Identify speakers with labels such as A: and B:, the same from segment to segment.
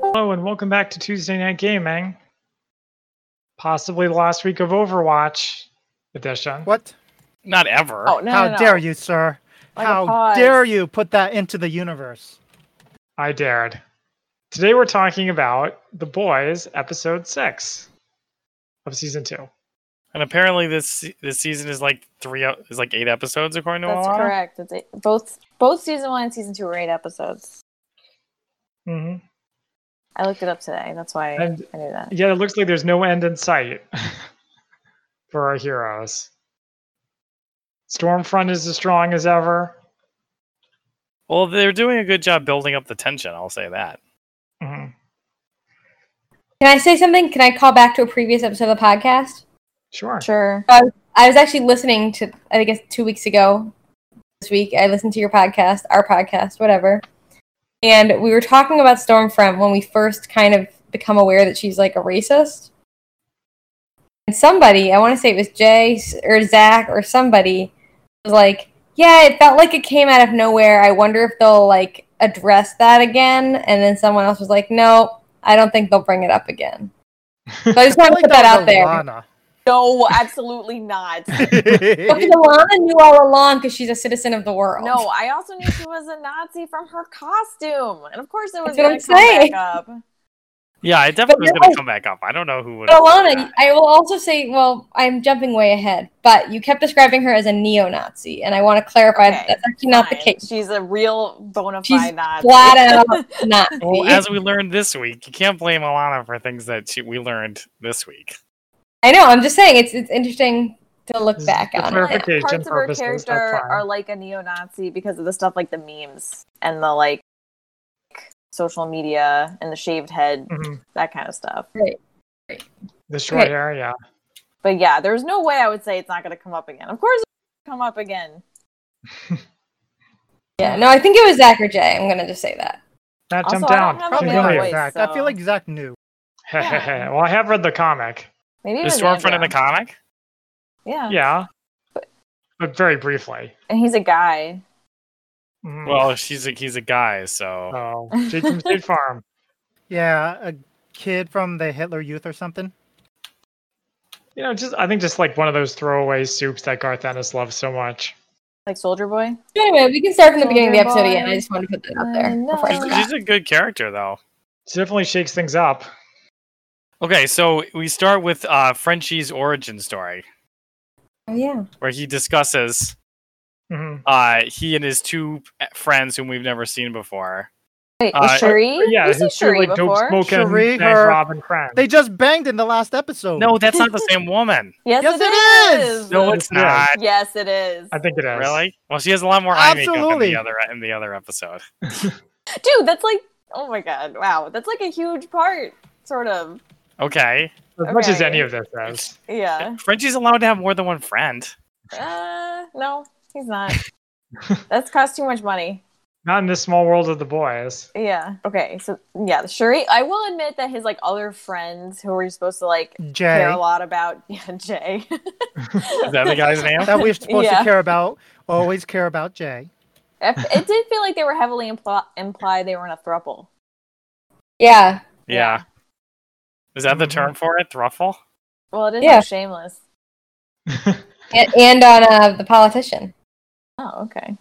A: Hello and welcome back to Tuesday Night Gaming. Possibly the last week of Overwatch edition.
B: What?
C: Not ever.
D: Oh no!
B: How
D: no, no.
B: dare you, sir?
D: Like a
B: How
D: pause.
B: dare you put that into the universe?
A: I dared. Today we're talking about The Boys, episode six of season two.
C: And apparently this this season is like three o- is like eight episodes according to
D: That's
C: Alana.
D: correct. It's eight, both both season one and season two were eight episodes.
A: Mm-hmm.
D: I looked it up today. That's why
A: And-
D: I knew that.
A: Yeah, it looks like there's no end in sight for our heroes. Stormfront is as strong as ever.
C: Well, they're doing a good job building up the tension. I'll say that.
A: Mhm.
E: Can I say something? Can I call back to a previous episode of the podcast?
A: Sure.
D: Sure.
E: I was actually listening to, I guess, two weeks ago this week. I listened to your podcast, our podcast, whatever. And we were talking about Stormfront when we first kind of become aware that she's like a racist. And somebody, I want to say it was Jay s- or Zach or somebody, was like, Yeah, it felt like it came out of nowhere. I wonder if they'll like address that again. And then someone else was like, No, I don't think they'll bring it up again. So I just
B: I
E: want to
B: like
E: put that
B: that
E: out
B: was
E: there.
B: Alana.
D: No, absolutely not.
E: Fucking Alana knew all along because she's a citizen of the world.
D: No, I also knew she was a Nazi from her costume, and of course it was
E: That's what
D: going
E: I'm
D: to come back
E: saying.
D: up.
C: Yeah, it definitely was
E: no.
C: going to come back up. I don't know who would.
E: But Alana, I will also say, well, I'm jumping way ahead, but you kept describing her as a neo-Nazi, and I want to clarify
D: Okay,
E: that that's actually not the
D: Fine.
E: case.
D: She's a real bona fide
E: She's
D: Nazi.
E: Flat out Nazi.
C: Well, as we learned this week, you can't blame Alana for things that she, we learned this week.
E: I know. I'm just saying, it's it's interesting to look
A: This is
E: back
A: the
E: on.
A: clarif- Clarification
D: Like,
E: it.
D: parts of her
A: purposes, that's
D: character
A: fine.
D: are like a neo-Nazi because of the stuff like the memes and the like social media and the shaved head,
A: Mhm.
D: that kind of stuff.
A: The short
E: Okay.
A: hair, yeah.
D: But yeah, there's no way I would say it's not going to come up again. Of course, it'll come up again.
E: Yeah. No, I think it was Zach or Jay. I'm gonna just say that.
A: Not
D: Also,
A: jump
D: I don't
A: down.
D: have a
B: Probably
D: male
A: Continue.
B: not
D: voice,
B: Zach. I
D: so-
B: feel like Zach knew.
D: Yeah.
A: well, I have read the comic.
D: Maybe
C: The
D: even
C: Stormfront in the
D: Andrew.
C: comic.
D: Yeah.
A: Yeah. But very briefly.
D: and he's a guy.
A: Mhm.
C: Well, she's a, he's a guy, so
A: Oh, Jake from State Farm.
B: Yeah, a kid from the Hitler Youth or something.
A: You know, just I think just like one of those throwaway soups that Garth Ennis loves so much.
D: like Soldier Boy.
E: So anyway, we can start from the beginning of the
D: Soldier
E: episode again.
D: boy.
E: I just want to put that out
D: I
E: there.
D: know.
E: Before I
D: She's-
E: forgot.
C: she's a good character though.
A: She definitely shakes things up.
C: Okay, so we start with uh, Frenchie's origin story,
E: Oh, yeah.
C: where he discusses
A: hmm
C: uh he and his two friends whom we've never seen before
D: Wait,
C: Uh,
D: is Cherie?
A: Yeah,
D: We've seen
A: who's sort
D: Cherie
A: of like dope
D: before.
A: smoking
B: Cherie,
A: nice
B: her-
A: Robin Crane.
B: They just banged in the last episode.
C: no that's not the same woman
D: yes,
B: Yes,
D: it
B: it
D: is.
B: is!
C: no it's
A: Yeah.
C: not
D: Yes, it is.
A: I think it is.
C: really well she has a lot more eye makeup in
B: Absolutely.
C: the other in the other episode
D: Dude, that's like, oh my god, wow, that's like a huge part, sort of.
C: okay
A: As much as
D: Okay.
A: any of this is.
D: Yeah.
C: frenchie's allowed to have more than one friend
D: Uh, no, he's not. That's cost too much money.
A: Not in this small world of the boys.
D: Yeah. Okay. So yeah, Cherie. I will admit that his like other friends who were supposed to like care
B: Jay
D: a lot about, yeah, Jay.
C: is that the guy's name
B: that we're supposed
D: Yeah.
B: to care about. Always care about Jay.
D: it it did feel like they were heavily impl- implied they were in a throuple.
E: Yeah.
C: yeah is that the term for it thruffle
D: Well, it is
E: Yeah.
D: on shameless.
E: And, and on uh, the politician.
D: Oh, okay.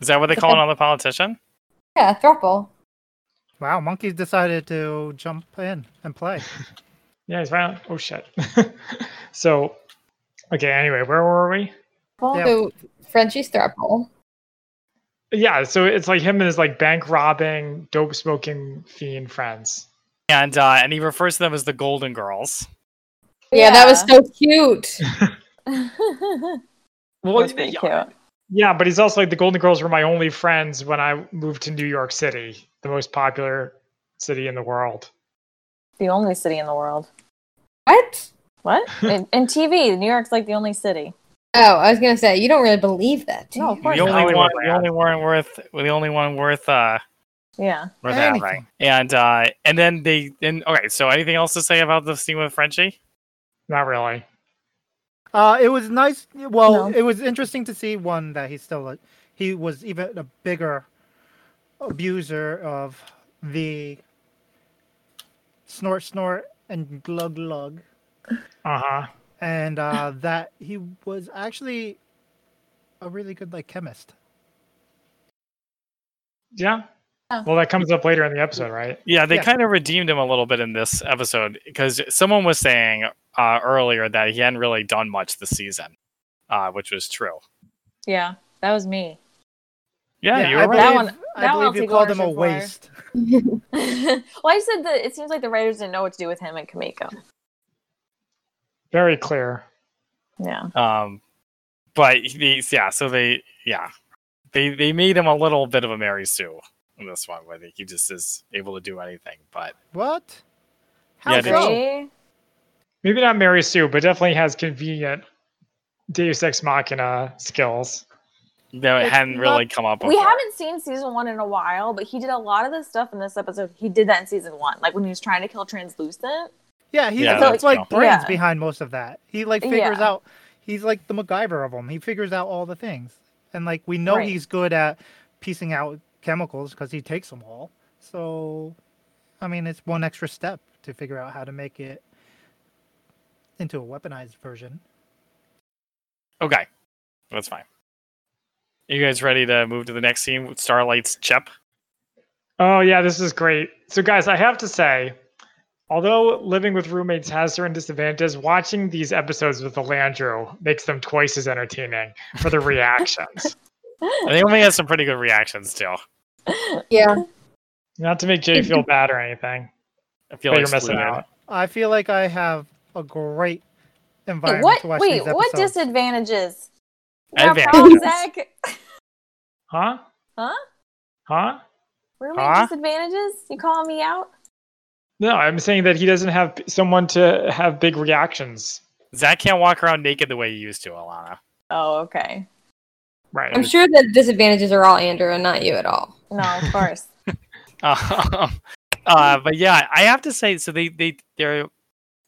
C: is that what they call another politician
E: Yeah, thruple.
B: Wow, monkeys decided to jump in and play.
A: Yeah, he's right. Oh shit. so okay, anyway, where were we?
D: Well,
B: Yeah.
E: So Frenchie's thruple.
A: Yeah, so it's like him and his like bank robbing, dope smoking fiend friends.
C: and uh and he refers to them as the golden girls
E: yeah, that was so cute.
D: was.
A: Well,
D: That's pretty cute.
A: Yeah, but he's also like the Golden Girls were my only friends when I moved to New York City, the most popular city in the world.
D: The only city in the world.
E: What?
D: What? In, in TV, New York's like the only city.
E: Oh, I was gonna say you don't really believe that. Do
D: No,
E: you?
D: of
C: the
D: course.
A: You'll-
C: only
A: Hollywood
C: one the
A: land.
C: only one worth the only one worth uh
D: Yeah.
C: worth
B: Anything.
C: having and uh and then they and okay so anything else to say about the scene with frenchie
A: Not really.
B: Uh, it was nice. Well,
D: No.
B: it was interesting to see one that he's still a, he was even a bigger abuser of the Snort, Snort, and Glug, Glug.
A: Uh huh.
B: And uh, that he was actually a really good like chemist.
A: Yeah.
E: Oh.
A: Well, that comes up later in the episode, right?
C: Yeah, they
B: Yeah.
C: kind of redeemed him a little bit in this episode because someone was saying uh, earlier that he hadn't really done much this season, uh, which was true.
D: Yeah, that was me.
C: Yeah, you
B: I
C: were right.
D: That
B: believe-
D: one- that
B: I
D: one I'll
B: believe you
D: take
B: called him a
D: ownership
B: waste.
D: for. well, I said that it seems like the writers didn't know what to do with him and Kamiko.
A: Very clear.
D: Yeah.
C: Um, but these, yeah, so they, yeah, they they made him a little bit of a Mary Sue in this one, where he just is able to do anything. But
B: What?
C: Yeah,
B: so?
C: did you-
D: See?
A: Maybe not Mary Sue, but definitely has convenient Deus Ex Machina skills.
C: no, it
D: It's
C: hadn't
D: not-
C: really come up.
D: We
C: before.
D: haven't seen season one in a while, but he did a lot of this stuff in this episode. He did that in season one, like when he was trying to kill Translucent.
B: Yeah, he's
C: Yeah,
B: got,
C: that's
B: like
C: dumb.
B: brains
D: Yeah.
B: behind most of that. He like figures
D: Yeah.
B: out. He's like the MacGyver of them. He figures out all the things, and like we know
D: Right.
B: he's good at piecing out chemicals because he takes them all. So, I mean, it's one extra step to figure out how to make it into a weaponized version.
C: Okay, that's fine. You guys ready to move to the next scene with Starlight's Chep?
A: Oh yeah, this is great. So guys, I have to say, although living with roommates has certain disadvantages, watching these episodes with Elandro makes them twice as entertaining for the reactions.
C: I think we had some pretty good reactions too.
E: Yeah.
A: Not to make Jay feel bad or anything,
C: I feel
A: but
C: like
A: you're missing
C: excluded.
A: out.
B: I feel like I have a great environment
D: What?
B: to watch
D: Wait,
B: these
D: what
B: episodes.
D: disadvantages?
C: Advantages.
D: problem, Zach?
A: Huh?
D: Huh?
A: Huh?
D: Roommate
C: Huh?
D: disadvantages? You calling me out?
A: No, I'm saying that he doesn't have p- someone to have big reactions.
C: Zach can't walk around naked the way he used to, Alana.
D: Oh, okay.
A: Right.
E: I'm sure the disadvantages are all Andrew and not you at all.
D: No, of course.
C: Uh, uh, but yeah, I have to say, so they they they're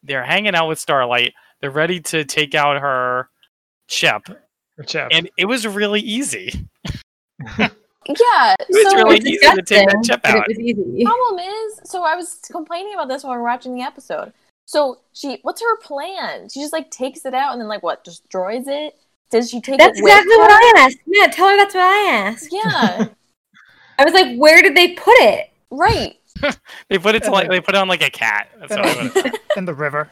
C: they're hanging out with Starlight. They're ready to take out her chip,
A: Chip.
C: and it was really easy.
D: yeah.
C: It's
D: so
C: really
E: It's
C: easy to take that
E: disgusting,
C: chip
E: but
A: Uh,
C: out.
E: It was easy.
D: problem is, so I was complaining about this while we were watching the episode. So she, what's her plan? She just like takes it out and then like what destroys it? Does she take
E: That's
D: it? with
E: exactly what
D: her?
E: I asked. Yeah, tell her that's what I asked.
D: Yeah,
E: I was like, where did they put it?
D: right.
C: They put it to like they put it on like a cat. That's what I would've done.
B: in the river.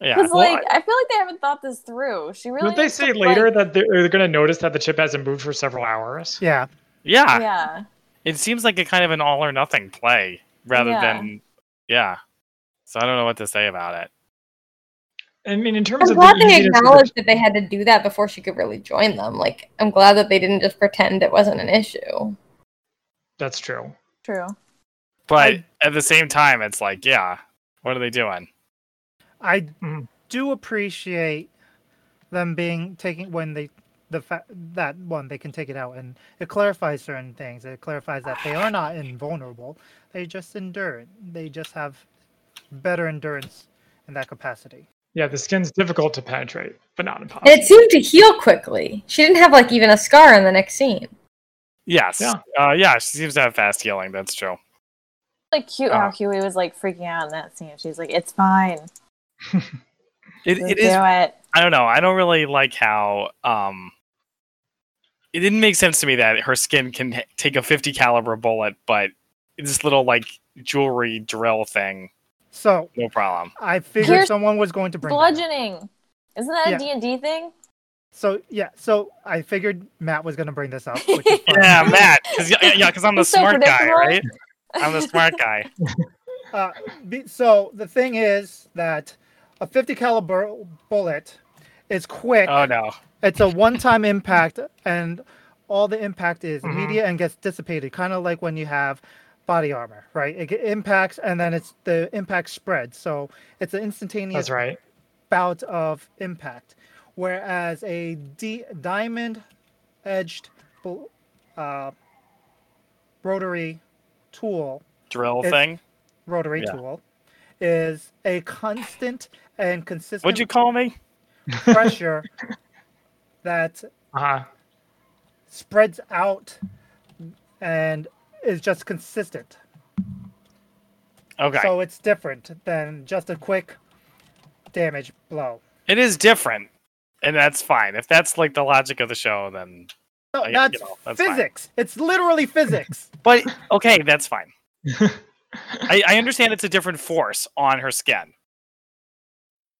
C: yeah.
D: Because
A: well,
D: like I... feel like they haven't thought this through. She really.
A: Don't they
D: needs to,
A: say later
D: like-
A: that they're, they're going to notice that the chip hasn't moved for several hours?
B: Yeah,
C: yeah,
D: yeah.
C: It seems like a kind of an all or nothing play rather
D: Yeah.
C: than yeah. So I don't know what to say about it.
A: I mean, in terms
E: I'm
A: of
E: glad
A: the
E: they
A: easiness of the
E: acknowledged that they had to do that before she could really join them. Like, I'm glad that they didn't just pretend it wasn't an issue.
A: That's true.
D: True.
C: But
B: I-
C: at the same time, it's like, yeah, what are they doing?
B: I mm,
A: Mhm.
B: do appreciate them being taking when they the fa- that one they can take it out and it clarifies certain things. It clarifies that they are not invulnerable. They just endure. They just have better endurance in that capacity.
A: Yeah, the skin's difficult to penetrate, but not impossible.
E: And it seemed to heal quickly. She didn't have like even a scar in the next scene.
C: Yes.
A: Yeah.
C: Uh, yeah. She seems to have fast healing. That's true.
D: Like cute
C: Uh.
D: how Huey was like freaking out in that scene. She's like, "It's fine.
C: It,
D: Just
C: it
D: do
C: is.
D: it."
C: I don't know. I don't really like how. Um, it didn't make sense to me that her skin can h- take a 50 caliber bullet, but this little like jewelry drill thing,
B: So
C: no problem.
B: I figured
D: Here's
B: someone was going to bring that up.
D: Bludgeoning. Isn't that
B: Yeah.
D: a D and D thing?
B: So yeah, so I figured Matt was going to bring this up. Which is fine.
C: Yeah, Matt, because yeah, because I'm the
D: It's so
C: smart guy,
D: predictable.
C: right? I'm the smart guy.
B: Uh, be- so the thing is that a 50 caliber bullet is quick.
C: Oh no.
B: It's a one-time impact, and all the impact is
A: Mhm.
C: Mm-hmm.
B: immediate and gets dissipated, kind of like when you have body armor, right? It ge- impacts, and then it's the impact spreads. So it's an instantaneous
A: That's right.
B: bout of impact, whereas a di- diamond-edged bul- uh, rotary tool
C: Drill
B: It's-
C: thing.
B: rotary
C: Yeah.
B: tool is a constant and consistent
C: What'd you call me?
B: pressure that
A: Uh-huh.
B: spreads out and is just consistent.
C: Okay.
B: So it's different than just a quick damage blow.
C: it is different, and that's fine. If that's like the logic of the show, then
B: No,
C: I- you
B: that's,
C: know, that's fine.
B: physics. It's literally physics.
C: But okay, that's fine. I, I understand it's a different force on her skin.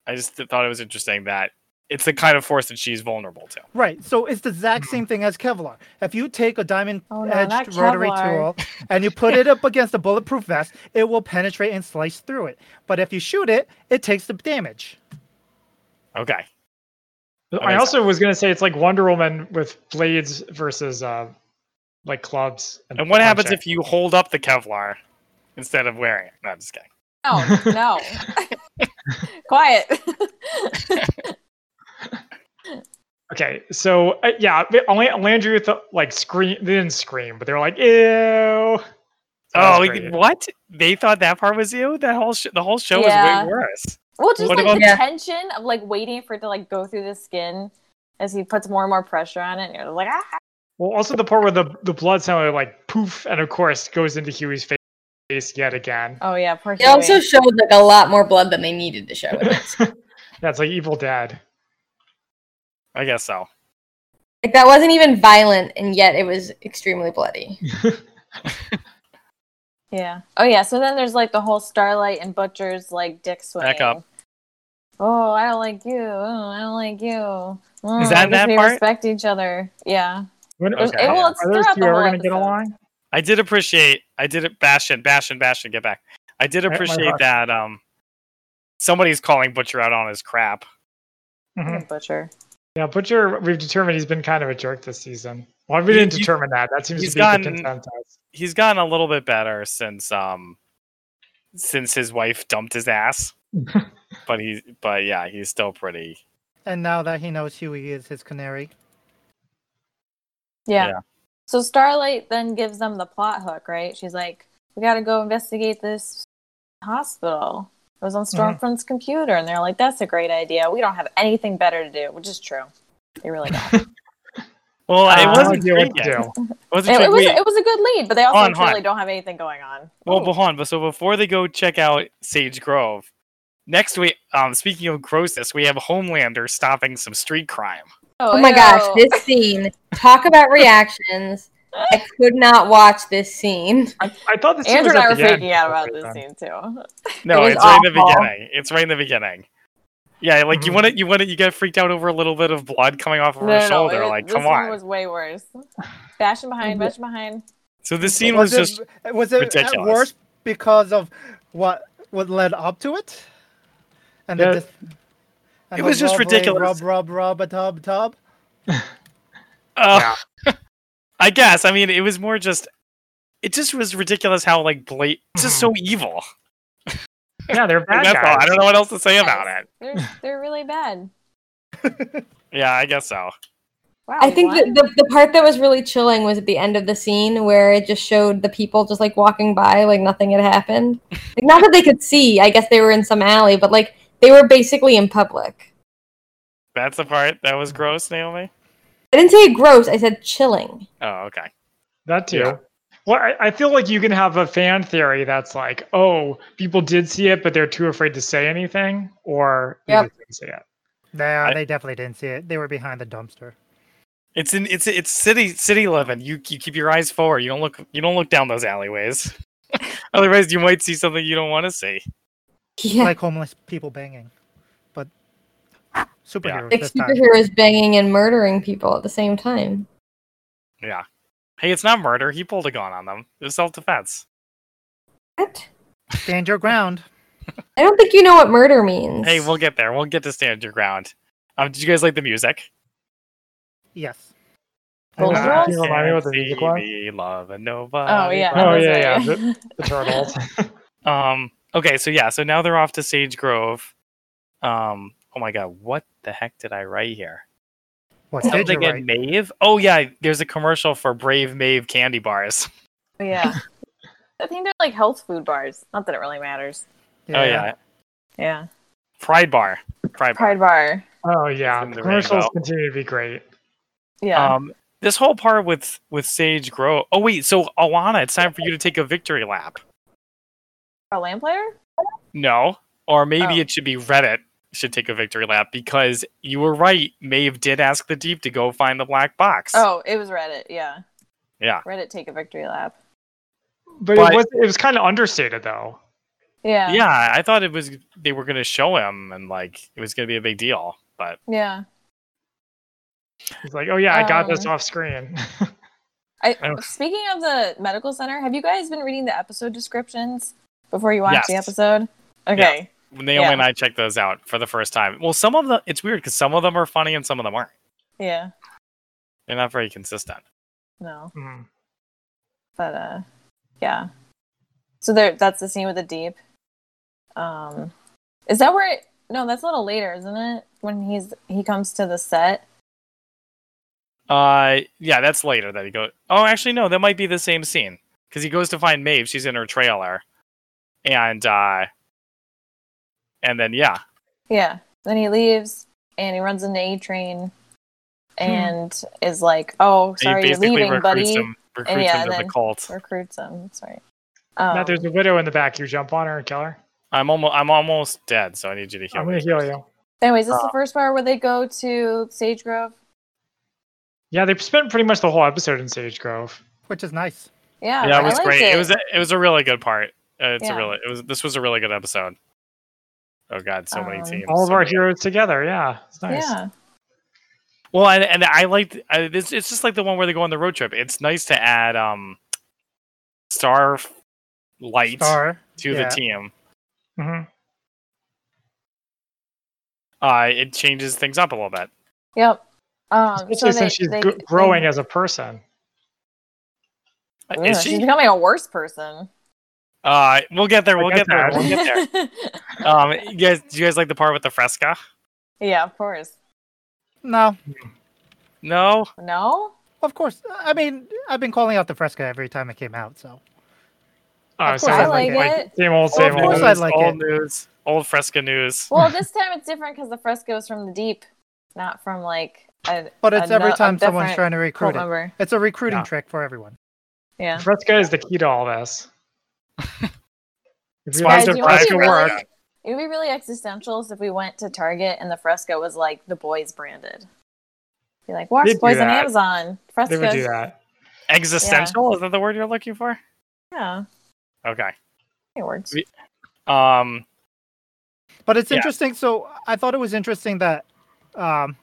C: I just th- thought it was interesting that it's the kind of force that she's vulnerable to.
B: right. So it's the exact same thing as Kevlar. If you take a diamond
D: Oh, no, not
B: edged rotary
D: Kevlar.
B: tool and you put it up against a bulletproof vest, it will penetrate and slice through it. But if you shoot it, it takes the damage.
C: Okay.
A: I
C: makes
A: also was gonna say it's like Wonder Woman with blades versus uh, like clubs.
C: And what happens if you hold up the Kevlar instead of wearing it? No, I'm just kidding.
D: No, no. Quiet.
A: Okay, so uh, yeah, the- Lan- Landry with the, like scream. They didn't scream, but they were like, "Ew." So that
C: Oh,
A: was
C: we-
A: great.
C: what? They thought that part was you? That whole sh- the whole show
D: Yeah.
C: was way worse.
D: well, just
C: What
D: like
C: about-
D: the
E: Yeah.
D: tension of like waiting for it to like go through the skin as he puts more and more pressure on it, and you're like, ah.
A: Well, also the part where the the blood sounded like poof, and of course goes into Huey's fa- face yet again.
D: Oh yeah, poor
E: They also
D: Huey.
E: showed like a lot more blood than they needed to show. in this.
A: That's like Evil Dad.
C: I guess so.
E: Like that wasn't even violent, and yet it was extremely bloody.
D: Yeah. Oh yeah. So then there's like the whole Starlight and Butcher's like dick swing.
C: Back up.
D: Oh, I don't like you. Oh, I don't like you. Oh,
C: Is that
D: I guess
C: that
D: we
C: part?
D: respect each other. Yeah.
A: When,
D: There's-
C: Okay.
D: it- well, it's
A: Are those
D: throughout
A: two
D: the
A: ever
D: whole
A: gonna get
D: episode.
A: along?
C: I did appreciate. I did it. Bastion, Bastion, Bastion. Get back. I did
A: Right, my
C: appreciate
A: gosh.
C: that. Um, somebody's calling Butcher out on his crap.
A: Mhm.
C: Mm.
D: Fucking Butcher.
A: Yeah, Butcher. We've determined he's been kind of a jerk this season. Well, we
C: He-
A: didn't
C: he's-
A: determine that. That seems to
C: he's
A: be the
C: gotten-
A: consensus.
C: He's gotten a little bit better since um, since his wife dumped his ass. but he's but yeah, he's still pretty.
B: And now that he knows Huey is his canary,
D: Yeah.
C: Yeah.
D: So Starlight then gives them the plot hook, right? She's like, "We got to go investigate this hospital. It was on Stormfront's computer," and they're like, "That's a great idea. We don't have anything better to do," which is true. They really don't.
C: Well,
D: Uh,
C: it wasn't
A: What do you
C: great
A: want to
C: yet.
A: do?
C: It wasn't
D: it,
C: great.
D: it was
C: Wait,
D: it was a good lead, but they also
C: Hold on, hold
D: truly
C: on.
D: don't have anything going on.
C: Well, but hold on, but so before they go check out Sage Grove, next week, um, speaking of grossness, we have Homelander stopping some street crime.
E: Oh my gosh,
D: ew.
E: this scene! Talk about reactions. I could not watch this scene.
A: I, I thought this
D: Andrew
A: was
D: and I
A: at
D: were
A: the end
D: freaking out
A: for
D: about
A: some
D: this
A: reason.
D: scene too.
C: No,
E: It is
C: it's right in the
E: awful.
C: beginning. It's right in the beginning. Yeah, like you
A: Mhm.
C: want to, you want to, you get freaked out over a little bit of blood coming off of her shoulder.
D: it-
C: like,
D: this
C: come
D: one
C: on.
D: was way worse. Bashing behind, bashing behind.
C: So this scene was
B: was,
C: just
B: it was it at
C: ridiculous.
B: worse because of what what led up to it, and the
A: Yeah.
B: dis- and
C: It
B: the
C: was just
B: lovely
C: ridiculous.
B: Rub rub rub a tub tub.
C: Uh, I guess. I mean, it was more just. It just was ridiculous how like Blake just so evil.
A: Yeah, they're bad
C: That's all.
A: guys.
C: I don't know what else to say about
D: Yes.
C: it.
D: They're they're really bad.
C: Yeah, I guess so.
D: Wow.
E: I think
D: what?
E: that the, the part that was really chilling was at the end of the scene where it just showed the people just like walking by like nothing had happened. Like, not that they could see. I guess they were in some alley, but like they were basically in public.
C: That's the part that was gross, Naomi.
E: I didn't say gross. I said chilling.
C: Oh, okay.
A: That too.
C: Yeah.
A: Well, I, I feel like you can have a fan theory that's like, oh, people did see it, but they're too afraid to say anything, or they
E: Yep.
A: just didn't see it.
B: Nah,
C: I-
B: they definitely didn't see it. They were behind the dumpster.
C: It's in it's it's city city living. You you keep your eyes forward. You don't look you don't look down those alleyways. Otherwise, you might see something you don't want to see.
E: Yeah,
B: Like homeless people banging, but superheroes
E: like
B: this time.
E: superheroes banging and murdering people at the same time.
C: Hey, it's not murder. He pulled a gun on them. It was self defense.
E: What?
B: Stand your ground.
E: I don't think you know what murder means.
C: Hey, we'll get there. We'll get to stand your ground. Um, did you guys like the music?
B: Yes.
A: Well,
D: Those
A: uh,
D: girls?
A: can you remind me what the music was?
C: Me love and nobody.
D: Oh yeah.
A: Oh,
D: that's
A: yeah,
D: right.
A: yeah, The turtles.
C: Um. Okay. So yeah. So now they're off to Sage Grove. Um. Oh my God. What the heck did I write here?
B: What did you
C: Something
B: write?
C: in Mave. Oh yeah. There's a commercial for Brave Mave candy bars.
D: Oh, yeah. I think they're like health food bars. Not that it really matters.
C: Oh yeah.
D: Yeah.
C: Pride bar. Pride bar.
D: Pride bar.
A: oh yeah,
C: in
A: the
C: the
A: commercials
C: rainbow.
A: continue to be great.
D: Yeah.
C: Um. This whole part with with Sage Grove. Oh wait. So Alana, it's time for you to take a victory lap.
D: a land player?
C: No. Or maybe
D: Oh.
C: it should be Reddit should take a victory lap because you were right. Maeve did ask the deep to go find the black box.
D: Oh, it was Reddit. Yeah.
C: Yeah.
D: Reddit take a victory lap.
A: But,
C: But-
A: it was it was kind of understated though.
D: Yeah.
C: Yeah, I thought it was they were gonna show him and like it was gonna be a big deal, but
D: Yeah.
A: It's like, oh yeah, I got this
D: Um,
A: off screen.
D: I,
C: I don't-
D: speaking of the medical center, have you guys been reading the episode descriptions before you watch the
C: Yes.
D: episode? Okay.
C: Naomi
D: Yeah.
C: and I checked those out for the first time. Well, some of them it's weird because some of them are funny and some of them aren't.
D: Yeah.
C: They're not very consistent.
D: No.
A: Mm.
D: But uh yeah. So there that's the scene with the deep. Um is that where it, no, that's a little later, isn't it? When he's he comes to the set.
C: Uh, yeah, that's later that he goes. Oh, actually, no, that might be the same scene because he goes to find Maeve. She's in her trailer, and uh, and then yeah,
D: Yeah. Then he leaves and he runs into A train and is like, Oh, sorry,
C: he
D: you're
C: basically
D: leaving,
C: recruits
D: buddy.
C: him, recruits
D: yeah,
C: him to
D: then-
C: the cult.
D: Recruits him. Sorry.
A: now
D: Um,
A: there's a widow in the back. You jump on her and kill her.
C: I'm almost, I'm almost dead, so I need you to heal
A: I'm
C: me.
A: gonna heal you.
D: anyways, this is the first part where they go to Sage Grove.
A: Yeah, they spent pretty much the whole episode in Sage Grove.
B: which is nice.
C: yeah,
D: Yeah,
C: it
D: Oh, I
C: was
D: liked
C: great.
D: It.
C: It. was, a, it was a really good part. Uh, it's
D: Yeah.
C: a really, it was, this was a really good episode. Oh God, so many
D: Um,
C: teams.
A: All of
C: so
A: our
C: many-
A: heroes together. Yeah, it's nice.
D: yeah,
C: Well, and, and I liked I, it's, it's just like the one where they go on the road trip. It's nice to add um star f- light
B: Star.
C: to
B: yeah.
C: the team.
A: hmm
C: Uh, it changes things up a little bit.
D: yep. Um, so
A: Especially
D: they-
A: since she's
D: they-
A: g-
D: they-
A: growing as a person.
C: Uh,
D: Ooh,
C: is
D: she's
C: she?
D: becoming a worse person.
C: Uh, we'll get there. We'll
A: get
C: get there.
A: that.
C: We'll get there. Um, you guys, do you guys like the part with the fresca?
D: yeah, of course.
B: No,
C: No.
D: No,
B: of course. I mean, I've been calling out the fresca every time it came out, so
A: Oh,
B: Of
A: so
B: course
A: it's
B: I like
D: it.
A: Same old,
B: Well,
A: same
B: of course
A: old.
B: I
C: news,
B: like
C: old
B: it.
C: news. Old fresca news.
D: well, this time it's different because the fresco's from the deep, not from like a
B: but it's
D: Ano-
B: every
D: a
B: time someone's trying
D: different
B: to recruit
D: cult
B: it.
D: member.
B: It's a recruiting
A: Yeah.
B: trick for everyone.
D: Yeah.
A: Fresca is the key to all this. if you
C: Why
A: like
D: Guys,
A: the
C: is
D: you know what'd
A: Fresca
C: Fresco
D: be
A: work,
D: really, it would be really existential if we went to Target and the fresco was like the boys branded. Be like, watch
A: They do
D: boys on
A: that.
D: Amazon.
A: they would do
D: Fresco.
A: that.
C: Existential is that the word you're looking for?
D: Yeah,
C: Okay.
D: it works.
C: We- Um,
B: But it's
C: Yeah.
B: interesting. So I thought it was interesting that um,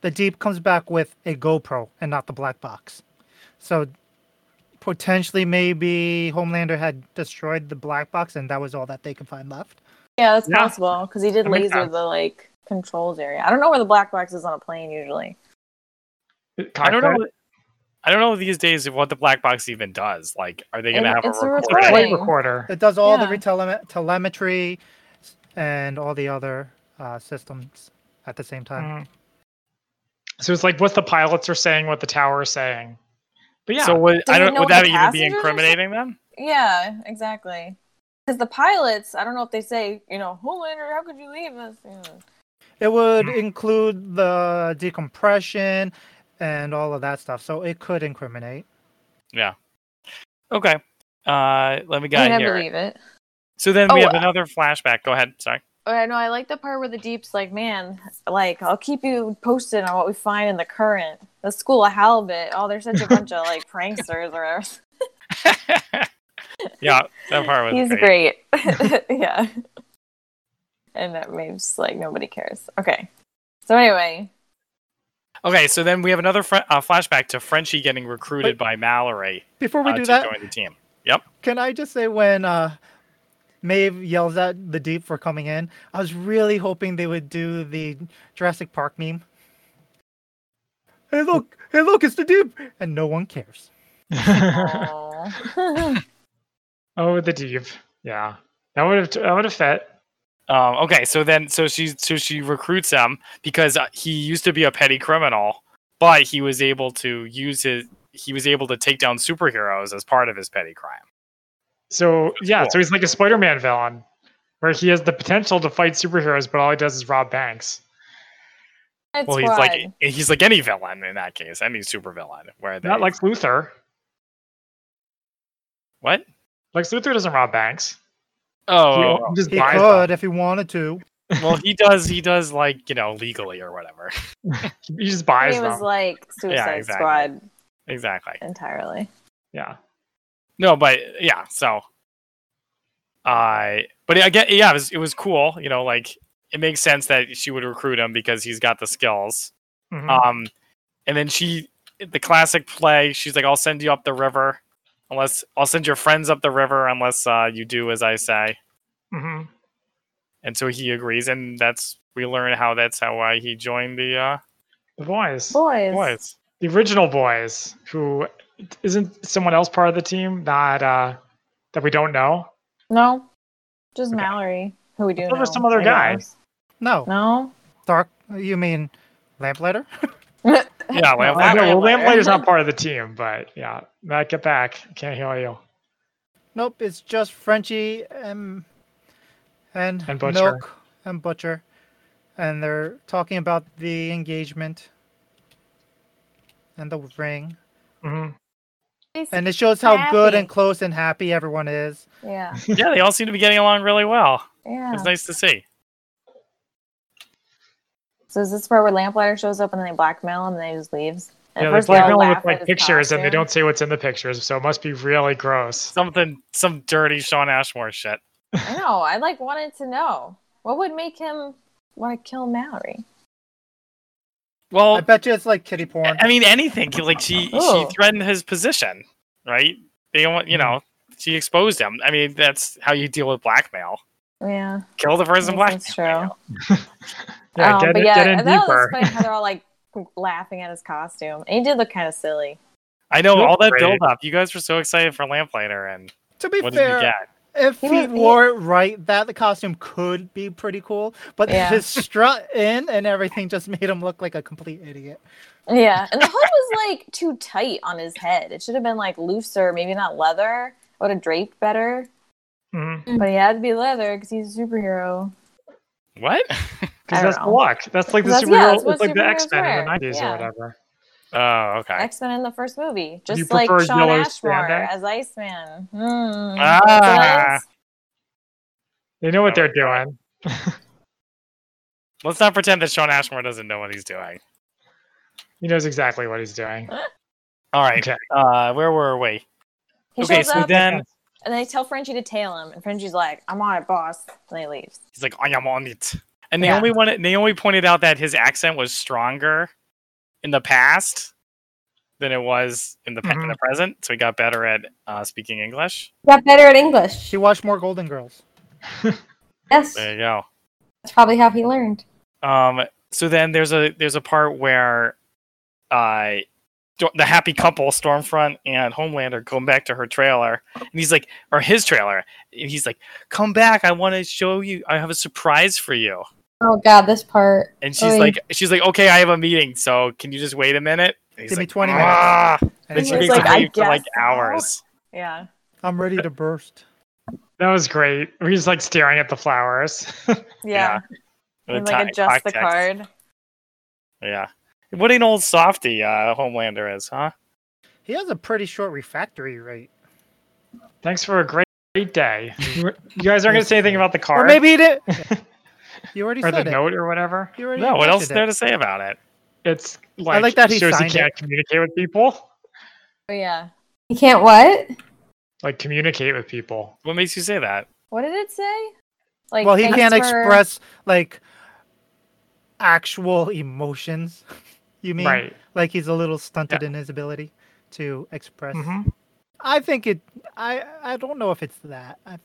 B: the Deep comes back with a GoPro and not the black box. So potentially, maybe Homelander had destroyed the black box, and that was all that they could find left.
D: Yeah, that's
A: Yeah.
D: possible because he did
A: That makes
D: laser
A: sense.
D: the like controls area. I don't know where the black box is on a plane usually.
C: I
A: Cockpit.
C: don't know. I don't know these days what the black box even does. Like, are they gonna
D: It-
C: have
D: it's
C: a
D: a
C: recorder?
D: recording.
A: Plate recorder.
B: It does all the
D: Yeah.
B: the retele- telemetry and all the other uh, systems at the same time.
A: Mm. So it's like what the pilots are saying, what the tower is saying. But yeah,
C: So would,
D: Does
C: I
D: it
C: don't.
D: know
C: Would
D: what
C: that
D: the
C: even be
D: passengers are
C: incriminating them?
D: Yeah, exactly. Because the pilots, I don't know if they say, you know, Homelander, how could you leave us? You know.
B: It would
A: Mm.
B: include the decompression and all of that stuff. So it could incriminate.
C: Okay. Uh, let me
D: I
C: get in
D: mean, I
C: here.
D: believe it.
C: So then we
D: Oh,
C: have
D: uh,
C: another flashback. Go ahead. Sorry.
D: Oh, I know. I like the part where the deep's like, man, like I'll keep you posted on what we find in the current. The school of halibut. Oh, they're such a bunch of like pranksters or whatever.
C: yeah, that part was.
D: He's
C: great.
D: great. yeah. And that means like nobody cares. Okay. So anyway,
C: Okay, so then we have another fr- uh, flashback to Frenchie getting recruited by Mallory
B: Before we
C: uh,
B: do
C: to
B: that,
C: join the team.
B: Can I just say when uh Maeve yells at the deep for coming in, I was really hoping they would do the Jurassic Park meme. Hey look, hey look, it's the deep and no one cares.
D: uh, aw.
A: oh, the deep. Yeah, that would have. That would have fit.
C: Um, okay, so then so she so she recruits him because uh, he used to be a petty criminal, but he was able to use his he was able to take down superheroes as part of his petty crime.
A: So yeah,
C: cool.
A: so he's like a Spider-Man villain, where he has the potential to fight superheroes, but all he does is rob banks.
D: It's
C: well, he's
D: fun.
C: like eh, he's like any villain in that case, any supervillain. Where they
A: Not Lex Luthor.
C: what?
A: Lex Luthor doesn't rob banks.
C: Oh,
A: He just
B: He
A: buys
B: could if he wanted to.
C: oh, well, he does. He does like you know legally or whatever.
A: them. He just buys
D: It
A: them.
D: was like Suicide
C: exactly.
D: Squad
C: Exactly.
D: entirely.
A: yeah.
C: No, but yeah, so I but I get yeah, it was it was cool, you know, like it makes sense that she would recruit him because he's got the skills.
A: Mhm.
D: Mm-hmm.
C: Um and then she the classic play, she's like I'll send you up the river unless I'll send your friends up the river unless uh you do as I say.
A: Mhm.
C: And so he agrees and that's we learn how that's how uh, he joined the uh
A: The boys.
D: Boys.
C: boys.
A: The original boys, who isn't someone else part of the team that uh that we don't know?
D: No, just
A: Okay.
D: Mallory, who we do
A: thought there was
D: know,
A: some other
D: I
A: guy.
D: guess.
B: No,
D: No,
B: dark. You mean lamplighter?
C: Yeah,
D: No,
A: I
C: Lamp-
D: Lamplighter.
A: know, well, Lamplighter's not part of the team, but yeah. Matt, get back. I can't hear you.
B: Nope, it's just Frenchie and and,
A: And Butcher.
B: Milk and Butcher, and they're talking about the engagement and the ring,
A: hmm
B: and it shows how good
D: Happy.
B: and close and happy everyone is.
D: yeah,
C: yeah, they all seem to be getting along really well.
D: yeah.
C: It's nice to see.
D: So is this part where Lamplighter shows up and then they blackmail him and then he just leaves? At
A: Yeah, they
D: first they all
A: blackmail him
D: laugh
A: with
D: at
A: like
D: his
A: pictures, and they
D: costume.
A: don't say what's in the pictures, so it must be really gross.
C: Something some dirty Sean Ashmore shit.
D: I know. I like wanted to know what would make him want to kill Mallory.
C: Well, eh,
B: I bet you it's like kitty porn.
C: I mean, anything. he- Like she,
D: Oh. Mm-hmm.
C: she threatened his position, right? They don't want, you know, she exposed him. I mean, that's how you deal with blackmail.
D: Yeah,
C: Kill the person
D: I
C: black.
D: guess that's true.
A: Yeah,
D: Um,
A: get,
D: but
A: in,
D: yeah,
A: get in
D: and that
A: deeper.
D: was funny how they're all like laughing at his costume. And he did look kind of silly.
C: I know
A: You're
C: all that
A: great.
C: build up. You guys were so excited for Lamplighter, and
B: To be
C: what did you
B: fair,
C: get?
B: if
D: He
B: he,
D: was- he-
B: wore it right, that the costume could be pretty cool. But
D: Yeah.
B: his strut in and everything just made him look like a complete idiot.
D: Yeah, and the hood was like too tight on his head. It should have been like looser, maybe not leather. It would have draped better,
A: Mhm.
D: but he had to be leather because he's a superhero.
C: What?
A: 'Cause
D: I
A: that's
D: don't
A: the
D: know.
A: luck. That's like the
D: That's-
A: superhero.
D: yeah, that's what
A: it's like the
D: superheroes
A: X Men in
D: wear.
A: the nineties
D: Yeah.
A: or whatever.
C: Oh, okay.
D: X Men in the first movie,
A: Do you
D: just like
A: prefer
D: Sean
A: yellow
D: Ashmore
A: spandex?
D: as Iceman. Hmm.
C: Ah.
A: They know what
C: Oh,
A: they're doing.
C: Let's not pretend that Sean Ashmore doesn't know what he's doing.
A: He knows exactly what he's doing.
C: All right.
A: Okay.
C: Uh, where were we?
D: He
C: Okay,
D: shows
C: so
D: up,
C: then
D: and they tell Frenchie to tail him, and Frenchie's like, "I'm on it, boss," and he leaves.
C: he's like, "I am on it." And
D: Yeah.
C: Naomi wanted, Naomi pointed out that his accent was stronger in the past than it was in the pa- in the present, so he got better at uh, speaking English.
E: Got better at English.
B: She watched more Golden Girls.
E: Yes,
C: There you go.
E: that's probably how he learned.
C: Um, so then there's a there's a part where uh, Sto- the happy couple, Stormfront and Homelander, come back to her trailer, and he's like, or his trailer, and he's like, "Come back! I want to show you. I have a surprise for you."
E: Oh God, this part.
C: And
D: Oh,
C: she's
E: Oy.
C: like, "She's like, okay, I have a meeting, so can you just wait a minute?" And he's
B: Give me
C: like,
B: 20 minutes.
C: "Ah."
B: And
C: Then
D: He
B: it's
C: she
D: was
C: makes
B: like,
D: like,
C: him
D: "I
C: wait for like
D: guess so."
C: hours.
D: Yeah,
B: I'm ready to burst.
A: That was great. We're just like staring at the flowers.
D: yeah.
C: with
D: And
C: a
D: like
C: ti-
D: adjust the
C: context.
D: card.
C: Yeah. What an old softy uh, Homelander is, huh?
B: He has a pretty short refractory rate.
A: Thanks for a great, great day. You you guys aren't gonna say anything about the car
B: Or maybe he didn't. You already
A: or the
B: said it.
A: note or whatever.
B: You already
C: No, what else is
B: mentioned
C: there
B: it.
C: to say about it?
A: It's like,
B: like that he
A: shows he
B: signed it.
A: can't communicate with people.
D: But yeah,
E: You can't what?
A: Like communicate with people.
C: What makes you say that?
D: what did it say? Like,
B: Well, he
D: thanks
B: can't
D: for-
B: express like actual emotions. You mean
A: right.
B: like he's a little stunted in his ability to express?
C: Mm-hmm.
A: Mhm.
B: I think it. I I don't know if it's that. I,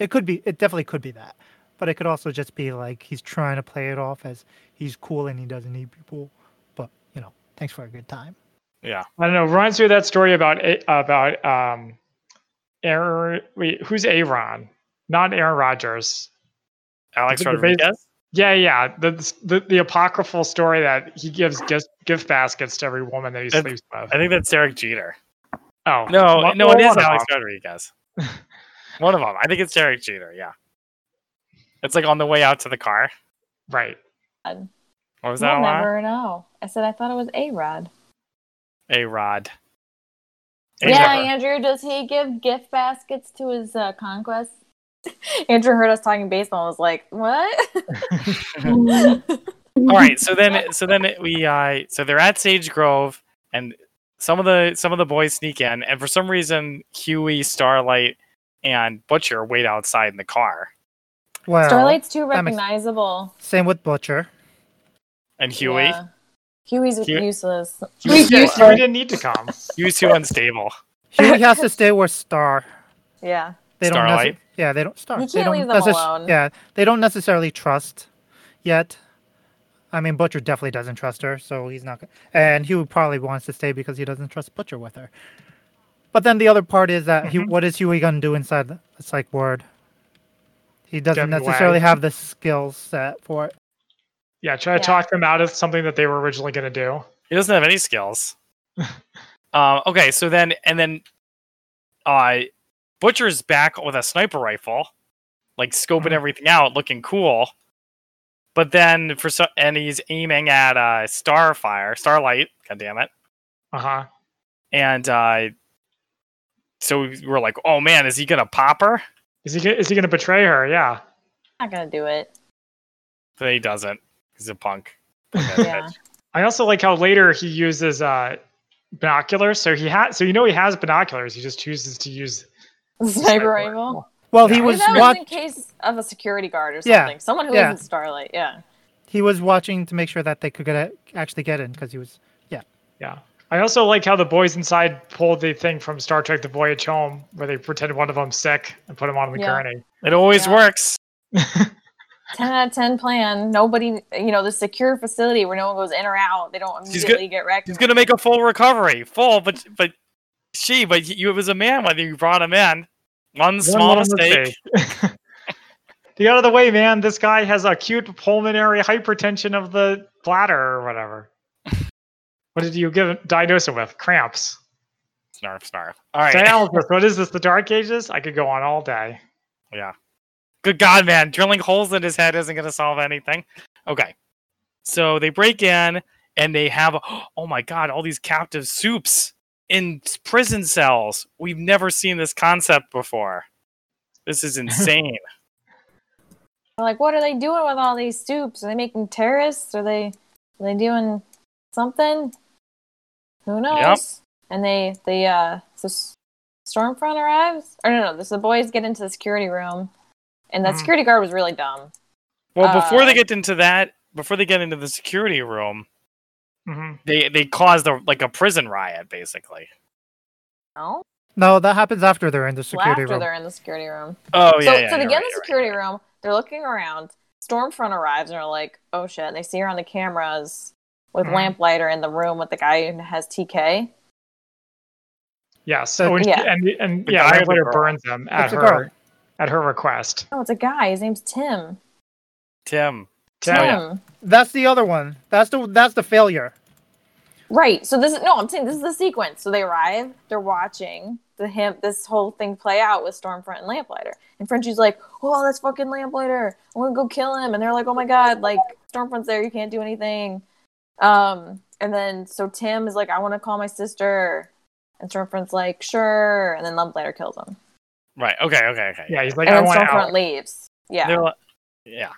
B: it could be. It definitely could be that. But it could also just be like he's trying to play it off as he's cool and he doesn't need people. But you know, thanks for a good time.
C: Yeah.
A: I don't know. Reminds me of that story about A- about um, Aaron. Wait, who's Aaron? Not Aaron Rodgers.
C: Alex
A: Is it the base-
C: Rodriguez?
A: Yeah, yeah. The, the the apocryphal story that he gives gift, gift baskets to every woman that he
C: That's-
A: sleeps with.
C: I think that's Derek Jeter.
A: Oh
C: No,
A: one-
C: no,
A: well,
C: it is
A: one of
C: Alex
A: them.
C: Rodriguez. One of them. I think it's Derek Jeter, yeah. It's like on the way out to the car.
A: Right.
C: What was that
D: We'll
C: on?
D: never know. I said I thought it was A Rod.
C: A Rod.
D: Yeah, Andrew, does he give gift baskets to his uh, conquests? Andrew heard us talking baseball and was like, "What?"
C: All right, so then so then we uh so they're at Sage Grove and some of the some of the boys sneak in and for some reason Huey, Starlight and Butcher wait outside in the car.
B: Well,
D: Starlight's too
B: that makes-
D: recognizable.
B: same with Butcher.
C: And Huey,
D: Yeah. Huey's
C: Huey-
D: useless.
E: He's
A: Yeah,
E: useless.
A: you didn't need to come.
C: Huey's too unstable.
B: Huey has to stay with Star.
D: Yeah.
B: They don't.
C: Starlight?
B: Necess- yeah, they don't. Star.
D: You
B: they
D: can't
B: don't
D: leave them alone.
B: Yeah, they don't necessarily trust yet. I mean, Butcher definitely doesn't trust her, so he's not. gonna And Huey probably wants to stay because he doesn't trust Butcher with her. But then the other part is that Hue- what is Huey gonna do inside the the psych ward? He doesn't
A: Get him
B: necessarily
A: away.
B: have the skill set for it.
A: Yeah, try to
D: Yeah.
A: talk them out of something that they were originally going to do.
C: He doesn't have any skills. um, okay, so then and then uh Butcher's back with a sniper rifle, like scoping
A: Mhm.
C: everything out, looking cool. But then for so and he's aiming at uh Starfire, Starlight, god damn it.
A: Uh huh.
C: And uh so we we're like, oh man, is he gonna pop her?
A: Is he go- is he going to betray her? Yeah.
D: Not gonna do it.
C: But he doesn't. He's a punk.
D: Yeah.
A: I also like how later he uses uh, binoculars. So he has so you know he has binoculars. He just chooses to use
D: Sniper rifle.
B: Well, he
A: Yeah.
B: was
D: that
B: watch-
D: was in case of a security guard or
B: Yeah.
D: something. Someone who
B: Yeah.
D: not Starlight. Yeah.
B: he was watching to make sure that they could get it, actually get in because he was
A: Yeah. I also like how the boys inside pulled the thing from Star Trek The Voyage Home where they pretended one of them's sick and put him on the
D: Yeah.
A: gurney.
C: It always
D: Yeah.
C: works.
D: Ten out of ten plan. Nobody, you know, the secure facility where no one goes in or out. They don't
C: He's
D: immediately get wrecked.
C: He's gonna make a full recovery, full. But but she, but you, it was a man whether you brought him in. One, small
A: little
C: mistake.
A: mistake. Get out of the way, man. This guy has acute pulmonary hypertension of the bladder or whatever. What did you give diagnose it with? Cramps.
C: Snarf, snarf. All right.
A: Dialysis. What is this? The Dark Ages? I could go on all day.
C: Good God, man! Drilling holes in his head isn't gonna solve anything. Okay. So they break in and they have. Oh my God! All these captive soups in s- prison cells. We've never seen this concept before. This is insane.
D: They're like, what are they doing with all these soups? Are they making terrorists? Are they are they doing something? Who knows? And they they uh so S- Stormfront arrives. Or no, no, this, the boys get into the security room, and that
A: Mm.
D: security guard was really dumb.
C: well, before they
D: Uh,
C: get into that, before they get into the security room,
A: Mhm.
C: they they caused a, like a prison riot, basically.
D: No,
B: no. That happens after they're in the
D: Well,
B: security
D: after
B: room.
D: they're in the security room.
C: Oh
D: so
C: yeah. yeah,
D: so
C: you're right,
D: they get in the
C: you're right.
D: security room. They're looking around. Stormfront arrives and are like, oh shit. And they see her on the cameras with
C: Mm-hmm.
A: Mhm.
D: lamplighter in the room with the guy who has TK.
A: Yeah. So and
D: Yeah.
A: and, and
C: The
A: yeah,
C: guy or the
A: Lamplighter
C: girl?
A: burns him at
B: It's a girl.
A: her at her request.
D: No, Oh, it's a guy. His name's Tim.
C: Tim.
D: Tim.
C: Oh, yeah.
B: That's the other one. That's the that's the failure.
D: Right. So this is no, I'm saying this is the sequence. So they arrive, they're watching the him this whole thing play out with Stormfront and Lamplighter. And Frenchie's like, Oh, that's fucking Lamplighter. I'm gonna go kill him. And they're like, Oh my god, like Stormfront's there, you can't do anything. Um, and then so Tim is like, I wanna call my sister. And Stormfront's like, sure. And then Lamplighter kills him.
C: Right. Okay. Okay. Okay.
A: Yeah, he's like,
D: and
A: I
D: then
A: want
D: Stormfront
A: out.
D: leaves. Yeah.
C: They're like, yeah.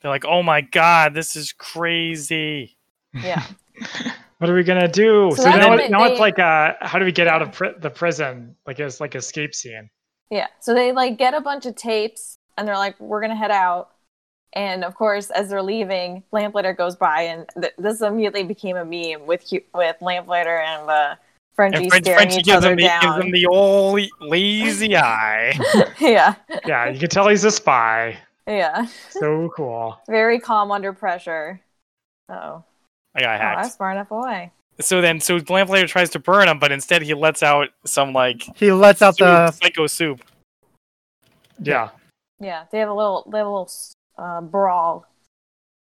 C: They're like, oh my god, this is crazy.
D: yeah.
A: What are we gonna do?
D: So
A: So,
D: that's
A: now,
D: when
A: it- now
D: they-
A: it's like, uh, how do we get out of pri- the prison? Like it's like escape scene.
D: Yeah. So they like get a bunch of tapes and they're like, we're going to head out. And of course, as they're leaving, Lamplighter goes by and th- this immediately became a meme with Hu- with Lamplighter and uh, Frenchie
C: and French,
D: staring
C: Frenchie
D: each
C: gives
D: other
C: him, the, gives him
D: down.
C: the old lazy eye.
D: yeah.
A: Yeah, you can tell he's a spy.
D: Yeah.
A: So cool.
D: Very calm under pressure. Uh-oh. Oh,
C: I got
D: I
C: hacked.
D: was far enough away.
C: so then, so Lamplighter tries to burn him, but instead he lets out some like
B: He lets out the
C: soup, psycho soup.
A: Yeah.
D: Yeah. They have a little, they have a little uh, brawl.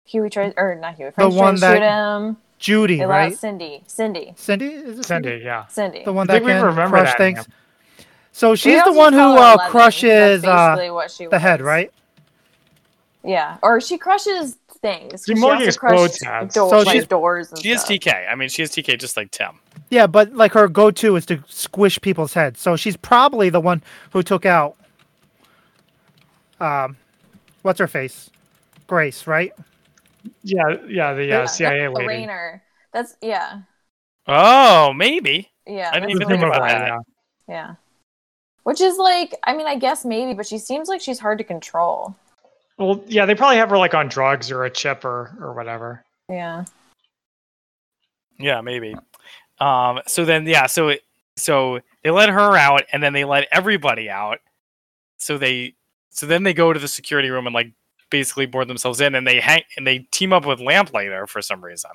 D: Huey tries, or not Huey,
B: the
D: Frenchie
B: one
D: tries to shoot
B: that
D: him.
B: Judy,
D: They let
B: right?
D: out Cindy. Cindy.
B: Cindy is it
A: Cindy, yeah.
D: Cindy.
B: The one
A: I
B: that
A: think we
B: can
A: remember
B: crush
A: that
B: things.
A: name.
B: So
D: We
B: she's the
D: also
B: one who
D: call her
B: uh,
D: Eleven.
B: crushes
D: That's
B: uh,
D: basically what she
B: the head,
D: was.
B: right?
D: Yeah, or she crushes things. 'cause
A: She
D: She,
A: more
D: also
A: gets
D: crushed
A: blowjobs.
D: door,
B: So
D: like
B: she's-
D: doors and
C: She is
D: stuff.
C: TK. I mean, she is TK just like Tim.
B: Yeah, but like her go-to is to squish people's heads. So she's probably the one who took out um, what's her face, Grace, right?
A: Yeah, yeah, the uh,
D: that's
A: CIA
D: the
A: lady.
D: Rainer. That's yeah,
C: Oh, maybe.
D: yeah.
C: I didn't
D: that's
C: even
D: what
C: think
D: it
C: about
D: was.
C: that.
A: Yeah.
D: Yeah, which is like, I mean, I guess maybe, but she seems like she's hard to control.
A: Well, yeah, they probably have her like on drugs or a chip or or whatever.
D: Yeah,
C: Yeah, maybe. Um, so then, yeah, so it, so they let her out, and then they let everybody out. So they, so then they go to the security room and like basically board themselves in, and they hang and they team up with Lamplighter for some reason.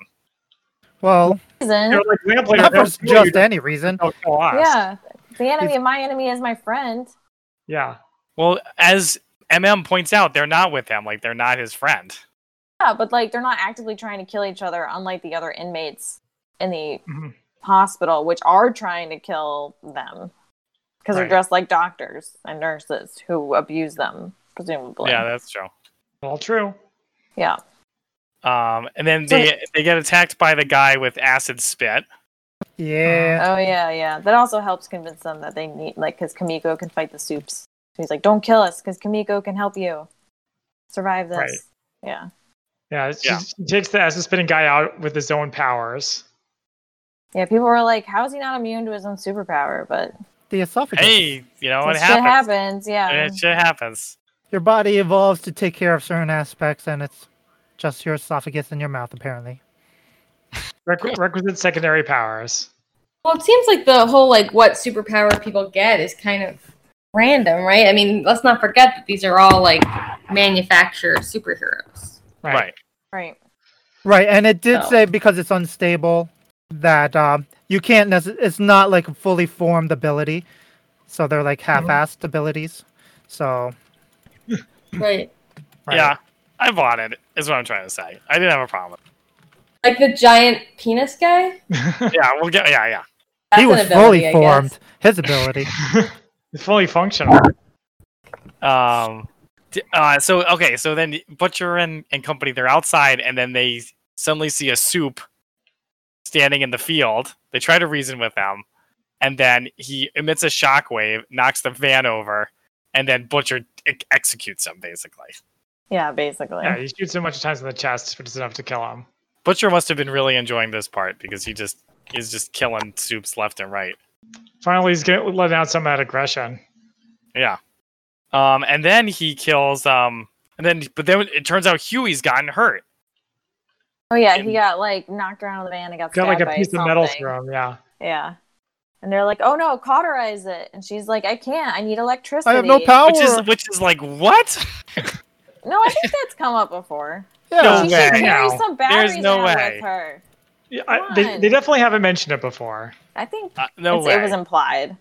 B: Well,
D: Reason.
A: They're like, "Lamplighter,
B: not for
A: don't kill you,
B: just any reason.
A: don't kill us."
D: yeah. The enemy of my enemy is my friend.
A: yeah.
C: Well, as MM points out, they're not with him. Like they're not his friend.
D: Yeah, but like they're not actively trying to kill each other, unlike the other inmates in the
C: Mm-hmm.
A: Mhm.
D: hospital, which are trying to kill them
A: Right.
D: because they're dressed like doctors and nurses who abuse them, presumably.
C: Yeah, that's true.
A: All true.
D: yeah.
C: Um, and then
D: So-
C: they they get attacked by the guy with acid spit.
B: Yeah,
D: Oh yeah, yeah. That also helps convince them that they need, like, because Kamiko can fight the soups. He's like, "Don't kill us, because Kamiko can help you survive this."
A: Right.
D: Yeah,
A: Yeah, she,
C: Yeah.
A: she takes the acid spitting guy out with his own powers.
D: yeah. People were like, "How is he not immune to his own superpower?" But
B: the esophagus.
C: Hey, you know Oh, it
D: this shit
C: happens.
D: happens. Yeah.
C: It shit happens.
B: Your body evolves to take care of certain aspects, and it's just your esophagus and your mouth, apparently.
A: Requ- requisite secondary powers.
E: Well, it seems like the whole like what superpower people get is kind of random, right? I mean, let's not forget that these are all like manufactured superheroes.
A: Right.
C: right.
D: Right.
B: Right, and it did
E: So-
B: say because it's unstable that um, you can't. Nece- it's not like a fully formed ability, so they're like
E: Mm-hmm.
B: half-assed abilities. So
E: Right.
A: right.
C: Yeah, I bought it. Is what I'm trying to say. I didn't have a problem.
E: Like the giant penis guy.
C: with it. Yeah, we'll get. Yeah, yeah.
E: That's
B: he
E: an
B: was
E: ability, I
B: fully
E: guess.
B: formed. His ability.
A: It's fully functional.
C: Um, d- uh, so okay, so then Butcher and, and company they're outside, and then they suddenly see a soup standing in the field. They try to reason with them, and then he emits a shockwave, knocks the van over, and then Butcher e- executes him. Basically,
D: Yeah. Basically.
A: Yeah, he shoots him a bunch of times in the chest, but it's enough to kill him.
C: Butcher must have been really enjoying this part because he just is just killing soups left and right.
A: Finally, he's getting letting out some of that aggression.
C: Yeah. Um, and then he kills. Um, and then but then it turns out Huey's gotten hurt.
D: Oh yeah, he got like knocked around with a van and got
A: Got
D: stabbed
A: like a
D: by
A: piece of metal
D: something.
A: through him. Yeah.
D: Yeah, and they're like, "Oh no, cauterize it!" And she's like, "I can't. I need electricity."
B: I have no power.
C: which is which is like what?
D: No, I think that's come up before.
B: yeah.
C: No
D: she
C: way.
D: should carry
A: No.
D: some batteries
C: no
D: around
C: way.
D: with her.
A: yeah
D: Come
A: I, they,
D: on.
A: they definitely haven't mentioned it before.
D: I think
C: Uh, no
D: it's-
C: way.
D: it was implied.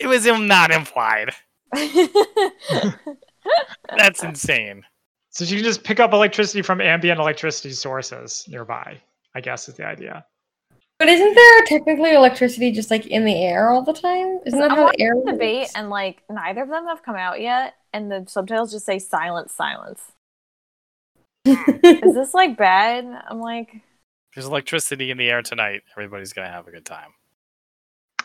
C: it was im- not implied. That's insane.
A: So she can just pick up electricity from ambient electricity sources nearby, I guess is the idea.
E: But isn't there technically electricity just like in the air all the time? Isn't that
D: I
E: how
D: watched
E: the air
D: the
E: works?
D: debate, and like neither of them have come out yet, and the subtitles just say "silence, silence." Is this like bad? I'm like,
C: There's electricity in the air tonight. Everybody's gonna have a good time.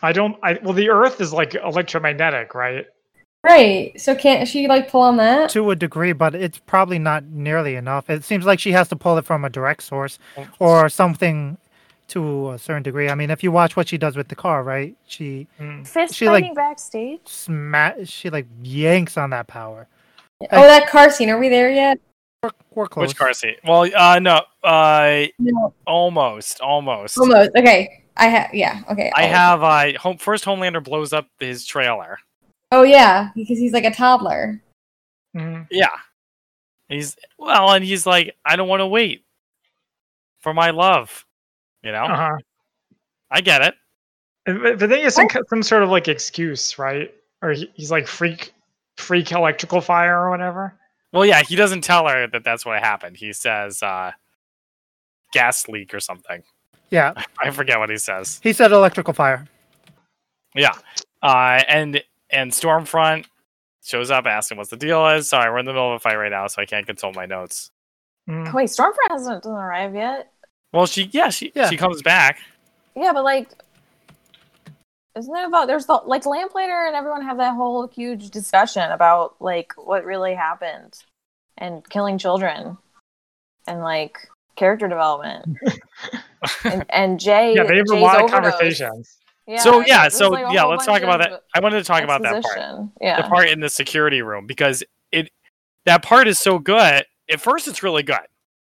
A: I don't, I, well, the earth is like electromagnetic, right?
E: right. So can't she like pull on that?
B: to a degree, but it's probably not nearly enough. It seems like she has to pull it from a direct source or something to a certain degree. I mean, if you watch what she does with the car, right? She
A: Mm.
D: fist
B: She, like-
D: fighting backstage.
B: sma- she like yanks on that power.
E: Oh, that car scene. Are we there yet?
B: We're, we're close.
C: Which car seat? Well, uh, no, uh,
E: No.
C: almost, almost.
E: Almost. Okay. I have. Yeah. Okay.
C: I
E: Oh.
C: have. Uh, home first. Homelander blows up his trailer.
E: Oh yeah, because he's like a toddler.
A: Mhm.
C: Yeah. He's well, and he's like, I don't want to wait for my love. You know,
A: Uh-huh.
C: I get it.
A: And- But but then he has some, ki- some sort of like excuse, right? Or he, he's like freak, freak electrical fire or whatever.
C: Well, yeah, he doesn't tell her that that's what happened. He says uh, gas leak or something.
B: Yeah,
C: I forget what he says.
B: he said electrical fire.
C: Yeah, uh, and and Stormfront shows up asking what's the deal is. Sorry, we're in the middle of a fight right now, so I can't consult my notes.
A: Mm.
D: Wait, Stormfront hasn't doesn't arrive yet.
C: Well, she yeah she
B: Yeah.
C: she comes back.
D: Yeah, but like, isn't it about there's the like Lamplighter and everyone have that whole huge discussion about like what really happened and killing children and like character development and, and Jay.
A: yeah, they have
D: Jay's
A: a lot of
D: overdose.
A: conversations.
C: so
D: it-
C: yeah,
D: there's,
C: so
D: like, a
C: yeah,
D: whole
C: let's
D: bunch
C: talk about
D: of
C: that. I wanted to talk about that part.
D: exposition. Yeah.
C: the part in the security room because it that part is so good. At first, it's really good.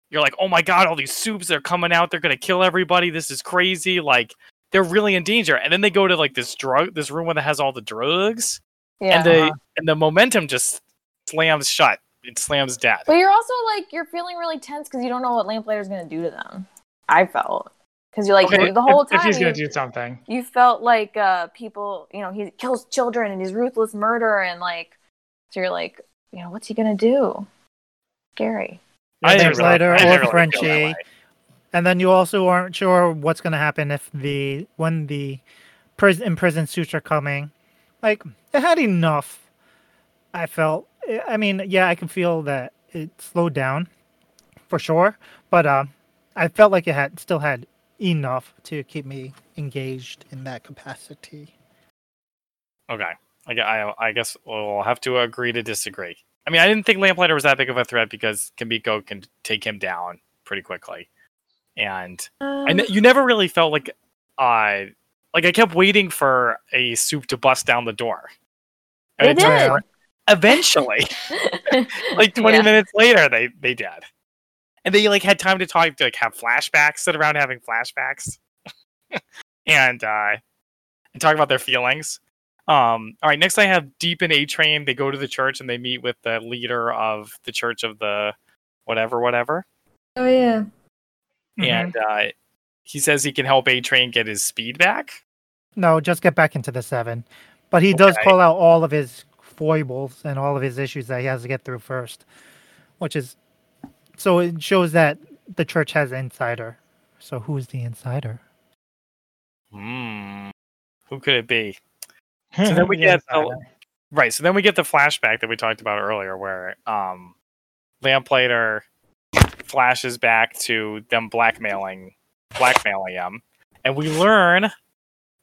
C: You're like, oh my god, all these soups are coming out. They're gonna kill everybody. This is crazy. Like they're really in danger. And then they go to like this drug, this room where that has all the drugs,
D: yeah.
C: and they and the momentum just slams shut. It slams dead.
D: But you're also like you're feeling really tense because you don't know what Lamplighter's gonna do to them. I felt because you're like
C: Okay,
D: the whole
A: if,
D: time
A: if he's
D: you,
A: gonna do something.
D: you felt like uh, people, you know, he kills children and he's ruthless murderer and like so you're like, you know, what's he gonna do? Scary.
C: I didn't
B: there's lighter
C: I didn't
B: or
C: feel that
B: Frenchie.
C: way.
B: and then you also aren't sure what's going to happen if the when the pris- imprisoned suits are coming like it had enough i felt I- i mean yeah i can feel that it slowed down for sure but um i felt like it had still had enough to keep me engaged in that capacity
C: Okay. I, gu- I, I guess we'll have to agree to disagree. I mean, I didn't think Lamplighter was that big of a threat because Kamiko can take him down pretty quickly. And I
D: Um,
C: ne- you never really felt like I like I kept waiting for a soup to bust down the door.
D: They
C: it turned
D: did.
C: out- Eventually, like 20
D: Yeah.
C: minutes later, they they did. And they like had time to talk to like have flashbacks, sit around having flashbacks. and uh and talk about their feelings. Um, all right, next I have Deep and A Train. They go to the church and they meet with the leader of the church of the whatever, whatever
E: Oh yeah.
A: Mm-hmm.
C: and uh, he says he can help A Train get his speed back.
B: no just get back into the seven but he does
C: Okay.
B: call out all of his foibles and all of his issues that he has to get through first which is so it shows that the church has an insider so who's the insider
C: Hmm. Who could it be? So then we get
A: Mm-hmm. Yeah,
C: the, right. So then we get the flashback that we talked about earlier, where um, Lamplighter flashes back to them blackmailing, blackmailing him, and we learn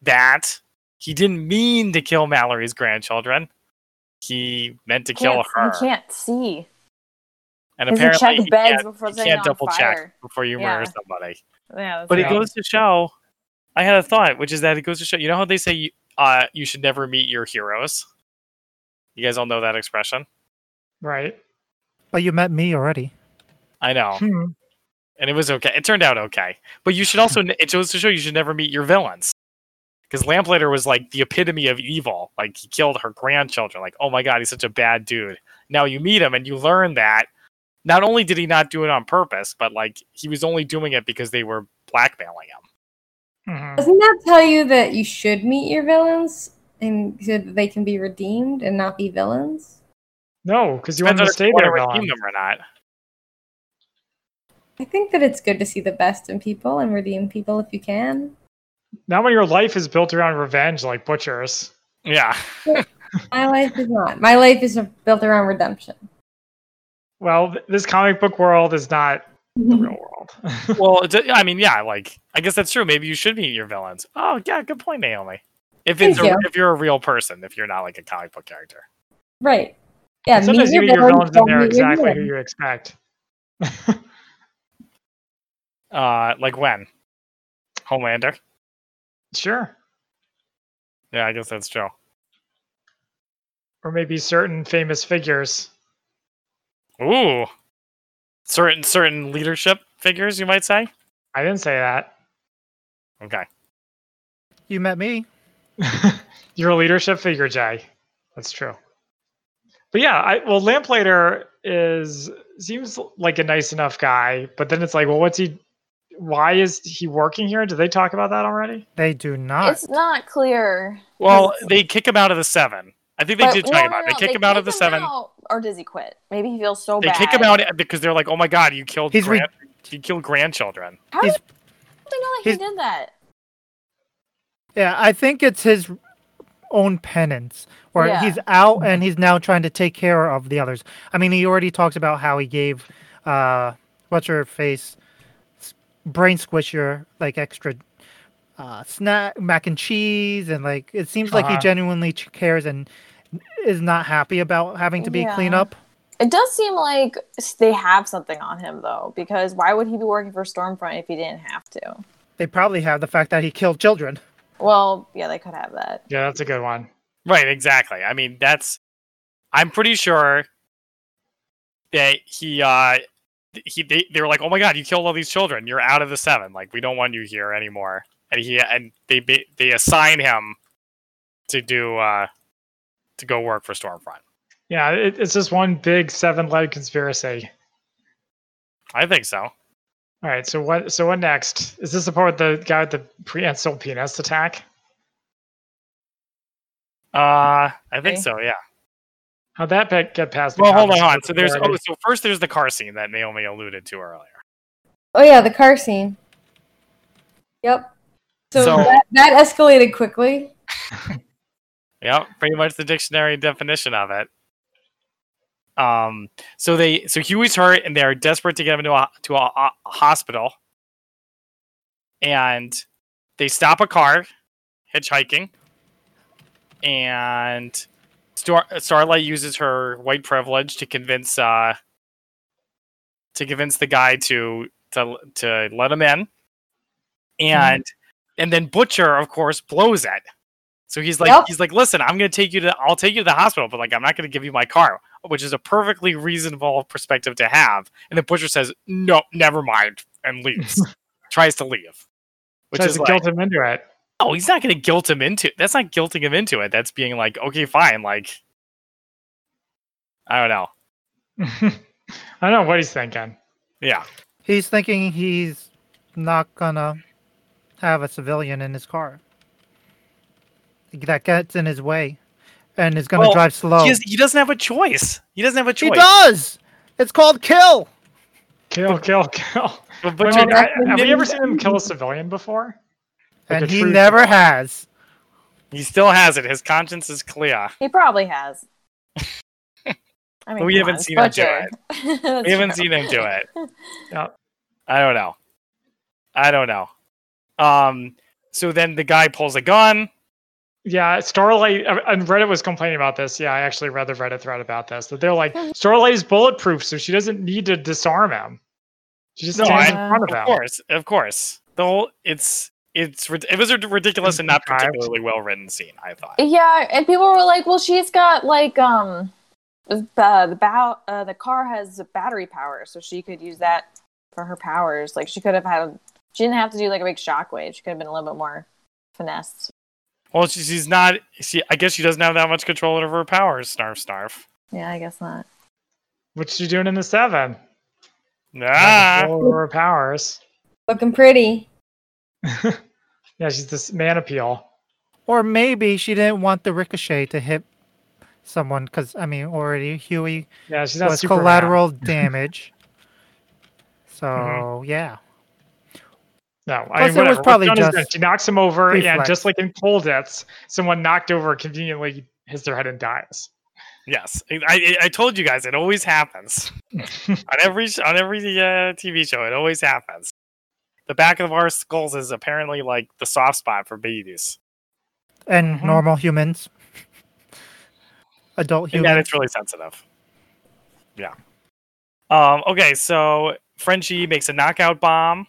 C: that he didn't mean to kill Mallory's grandchildren. He meant to kill
D: can't-
C: her,
D: You can't see.
C: and
D: Doesn't
C: apparently
D: check
C: he
D: beds
C: can't,
D: before
C: he
D: setting
C: can't
D: it on
C: double check
D: fire.
C: before you
D: Yeah.
C: murder somebody.
D: Yeah, that's
C: But it
D: right.
C: goes to show. I had a thought, which is that it goes to show. You know how they say you, uh, you should never meet your heroes. You guys all know that expression.
A: right.
B: but you met me already
C: I know,
A: Hmm.
C: and it was okay. It turned out okay. But you should also. n- It goes to show you should never meet your villains, because Lamplighter was like the epitome of evil. Like he killed her grandchildren. Like oh my god, he's such a bad dude. Now you meet him and you learn that not only did he not do it on purpose, but like he was only doing it because they were blackmailing him.
A: Mhm.
E: Doesn't that tell you that you should meet your villains and so that they can be redeemed and not be villains?
A: No, because you want
C: Depends on
A: them
C: if
A: to stay
C: wanna
A: there,
C: redeem
A: Ron.
C: them or not.
E: I think that it's good to see the best in people and redeem people if you can.
A: Not when your life is built around revenge, like butchers.
C: Yeah.
E: My life is not. My life is built around redemption.
A: Well, th- this comic book world is not the real world.
C: well, it's, I mean, yeah, like I guess that's true. Maybe you should meet your villains. Oh, yeah, good point, Naomi. If it's
E: Thank
C: a,
E: you.
C: if you're a real person, if you're not like a comic book character,
E: Right. Yeah.
A: Sometimes you meet your villains and
E: don't
A: they're
E: meet your
A: exactly who
E: villain.
A: you expect.
C: uh, like when Homelander.
A: sure.
C: Yeah, I guess that's true.
A: Or maybe certain famous figures.
C: Ooh, certain certain leadership figures, you might say.
A: I didn't say that.
C: Okay,
B: you met me
A: You're a leadership figure, Jay. That's true. But yeah, I well Lamplighter is seems like a nice enough guy, but then it's like, well, what's he why is he working here? Did they talk about that already?
B: they do not
D: It's not clear.
C: well, they kick him out of the seven. I think they
D: But-
C: did
D: no,
C: talk
D: no,
C: about it.
D: no,
C: They kick him out of the seven.
D: out, or does he quit? Maybe he feels so
C: They
D: bad.
C: kick him out because they're like, "Oh my god, you killed
B: He's re-
C: grand- you killed grandchildren."
D: How
B: He's-
D: did they know that he
B: he's-
D: did that?
B: yeah i think it's his own penance where
D: Yeah.
B: he's out and he's now trying to take care of the others i mean he already talks about how he gave uh what's her face s- brain squisher like extra uh, snack mac and cheese, and like it seems like he
A: Uh-huh.
B: genuinely ch- cares and is not happy about having to be
D: Yeah.
B: clean up.
D: It does seem like they have something on him though, because why would he be working for Stormfront if he didn't have to?
B: They probably have the fact that he killed children.
D: Well, yeah, they could have that.
A: Yeah, that's a good one.
C: Right, exactly. I mean, that's. I'm pretty sure that he, uh, th- he, they, they were like, "Oh my god, you killed all these children. You're out of the seven. Like, we don't want you here anymore." And he and they ba- they assign him to do uh to go work for Stormfront.
A: Yeah, it, it's just one big seven-leg conspiracy.
C: I think so.
A: All right, so what? So what next? Is this the part with the guy with the prehensile penis attack?
C: Uh, I think
D: Okay.
C: so. Yeah.
A: How'd that pe- get past? the
C: Well, hold on.
A: conference
C: hold on. So there's
A: board?
C: oh, so first there's the car scene that Naomi alluded to earlier.
E: Oh yeah, the car scene. Yep. So,
C: So-
E: that, that escalated quickly.
C: Yep, pretty much the dictionary definition of it. Um, so they, so Huey's hurt, and they're desperate to get him to a to a, a hospital, and they stop a car, hitchhiking, and Star- Starlight uses her white privilege to convince uh to convince the guy to to to let him in, and and then Butcher, of course, blows it. So he's like,
E: Yep.
C: he's like, listen, I'm gonna take you to, I'll take you to the hospital, but like, I'm not gonna give you my car, which is a perfectly reasonable perspective to have. And the butcher says, no, never mind, and leaves. Tries to leave, which
A: Tries
C: is
A: to
C: like,
A: guilt him into it.
C: no, he's not gonna guilt him into. That's not guilting him into it. That's being like, okay, fine, like, I don't know,
A: I don't know what he's thinking.
C: yeah,
B: He's thinking he's not gonna have a civilian in his car. That gets in his way, and is gonna
C: Well,
B: drive slow.
A: Oh.
C: he, has, he doesn't have a choice. He doesn't have a
B: He
C: choice.
B: does. It's called kill.
A: Kill, kill, kill.
C: The
A: Wait,
C: butcher-
A: wait, I- have we ever seen him kill a civilian before? Like
B: and
A: a
B: he
A: true
B: never
A: killer.
B: has.
C: he still has it. His conscience is clear.
D: He probably has. I mean,
C: We
D: come
C: haven't
D: on,
C: seen him do
D: Butcher. That's
C: We haven't
D: true.
C: seen him do it.
A: Yeah.
C: I don't know. I don't know. Um. So then the guy pulls a gun.
A: Yeah, Starlight uh, and Reddit was complaining about this. Yeah, I actually read the Reddit thread about this. That they're like, Starlight is bulletproof, so she doesn't need to disarm him. She just
C: No,
A: stands
D: I-
A: in front of
C: Of
A: him.
C: course, of course. The whole it's it's rid- it was a ridiculous and not
A: Contrived.
C: particularly well written scene. I thought.
D: Yeah, and people were like, "Well, she's got like um, the the bow, uh, the car has battery power, so she could use that for her powers. Like she could have had, she didn't have to do like a big shockwave. She could have been a little bit more finessed.
C: Well, she, she's not. She I guess she doesn't have that much control over her powers. Snarf, snarf.
D: Yeah, I guess not.
A: What's she doing in the seven?
C: Nah.
A: Control over her powers.
E: Looking pretty.
A: Yeah, she's this man appeal.
B: Or maybe she didn't want the ricochet to hit someone because I mean already Huey
A: Yeah, she's not
B: was
A: super
B: collateral damage. So
A: Mm-hmm.
B: yeah,
A: No, I mean,
B: Plus, it was
A: whatever. What's
B: probably
A: done is done.
B: just
A: she knocks him over, and
B: reflex.
A: just like in Cold Deaths, someone knocked over conveniently hits their head and dies.
C: Yes. I, I I told you guys it always happens on every sh- on every uh, TV show. It always happens. The back of our skulls is apparently like the soft spot for babies.
B: and
A: Mhm.
B: normal humans, adult
C: Yeah,
B: humans.
C: it's really sensitive. Yeah. Um, okay, so Frenchie makes a knockout bomb.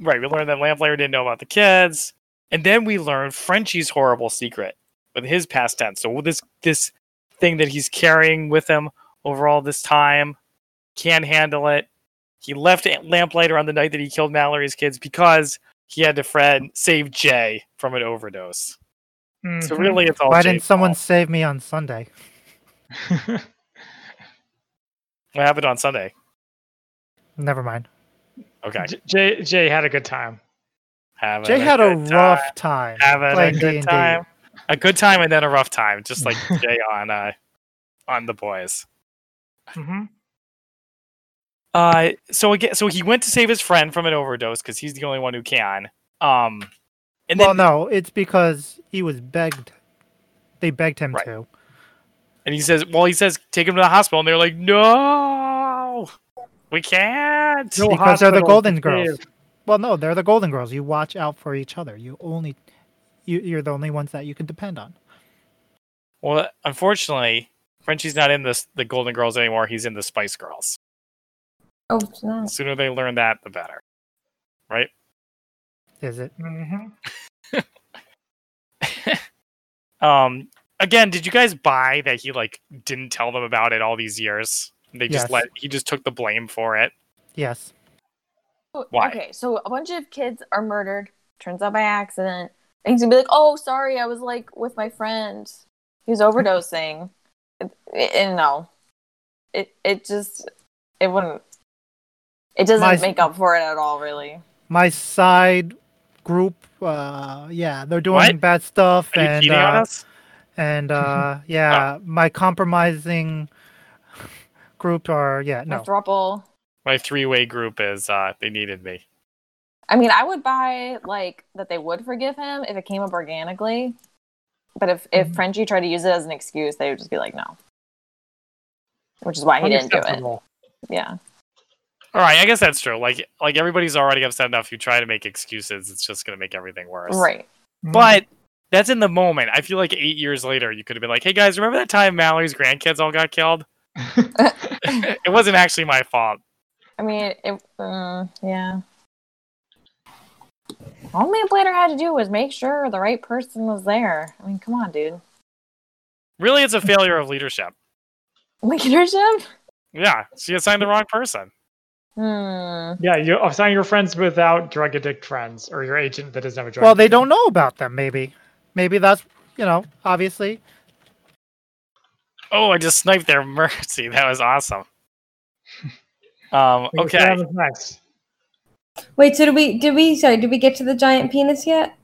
C: Right, we learned that Lamplayer didn't know about the kids. And then we learn Frenchie's horrible secret with his past tense. So this this thing that he's carrying with him over all this time can't handle it. He left Lamplighter on the night that he killed Mallory's kids because he had to friend save Jay from an overdose. So
A: Mhm.
C: really, it's all.
B: Mm-hmm. Why
C: Jay's
B: didn't someone
C: fault.
B: save me on Sunday?
C: What happened on Sunday?
B: Never mind.
C: Okay.
A: J- Jay Jay had a good time.
C: Having
B: Jay had a
C: good
B: rough time.
C: time, having a
B: playing
C: good
B: D&D.
C: time, a good time, and then a rough time, just like Jay on uh, on the boys.
A: Mhm.
C: Uh, so again, so he went to save his friend from an overdose because he's the only one who can. Um, and
B: Well,
C: then
B: no, it's because he was begged. They begged him
C: Right.
B: to.
C: and he says, well, he says, take him to the hospital, and they're like, no, we can't.
A: No
B: because they're the
A: hospital
B: Golden
A: to
B: Girls.
A: save-
B: Well, no, they're the Golden Girls. You watch out for each other. You only, you, you're the only ones that you can depend on.
C: Well, unfortunately, Frenchie's not in this the Golden Girls anymore. He's in the Spice Girls.
E: Oh, it's not.
C: The sooner they learn that, the better.
B: Is it?
A: Mhm.
C: Um, again, did you guys buy that he like didn't tell them about it all these years? They just
B: Yes.
C: let he just took the blame for it.
B: Yes.
C: Why?
D: Okay, so a bunch of kids are murdered. Turns out by accident. And he's gonna be like, "Oh, sorry, I was like with my friend. He was overdosing." And- And no, it it just it wouldn't. It doesn't
B: My-
D: make up for it at all, really.
B: My side group, uh, yeah, they're doing
C: What?
B: bad stuff.
C: Are you
B: and
C: cheating
B: uh,
C: on us? Oh.
B: and uh, yeah, my compromising group are yeah
D: No.
B: no.
D: throuple.
C: My three way group is uh they needed me.
D: I mean, I would buy like that they would forgive him if it came up organically. But if if Frenchie tried to use it as an excuse, they would just be like, "No," which is why he didn't do it.
A: Unacceptable.
D: Yeah,
C: All right, I guess that's true. Like like everybody's already upset enough. You try to make excuses, it's just gonna make everything worse.
D: right.
A: Mm-hmm.
C: But that's in the moment. I feel like eight years later, you could have been like, "Hey guys, remember that time Mallory's grandkids all got killed? it wasn't actually my fault."
D: I mean, it, um, yeah. All Man Planner had to do was make sure the right person was there. I mean, come on, dude.
C: Really, it's a failure of leadership.
D: Leadership?
C: Yeah, she assigned the wrong person.
D: Hmm.
A: Yeah, you assign your friends without drug addict friends or your agent that doesn't have a drug.
B: Well, they don't know about them. Maybe, maybe that's you know obviously.
C: Oh, I just sniped their mercy. That was awesome. Um,
A: What
C: okay.
A: happens next?
E: Wait, so did we did we sorry, did we get to the giant penis yet?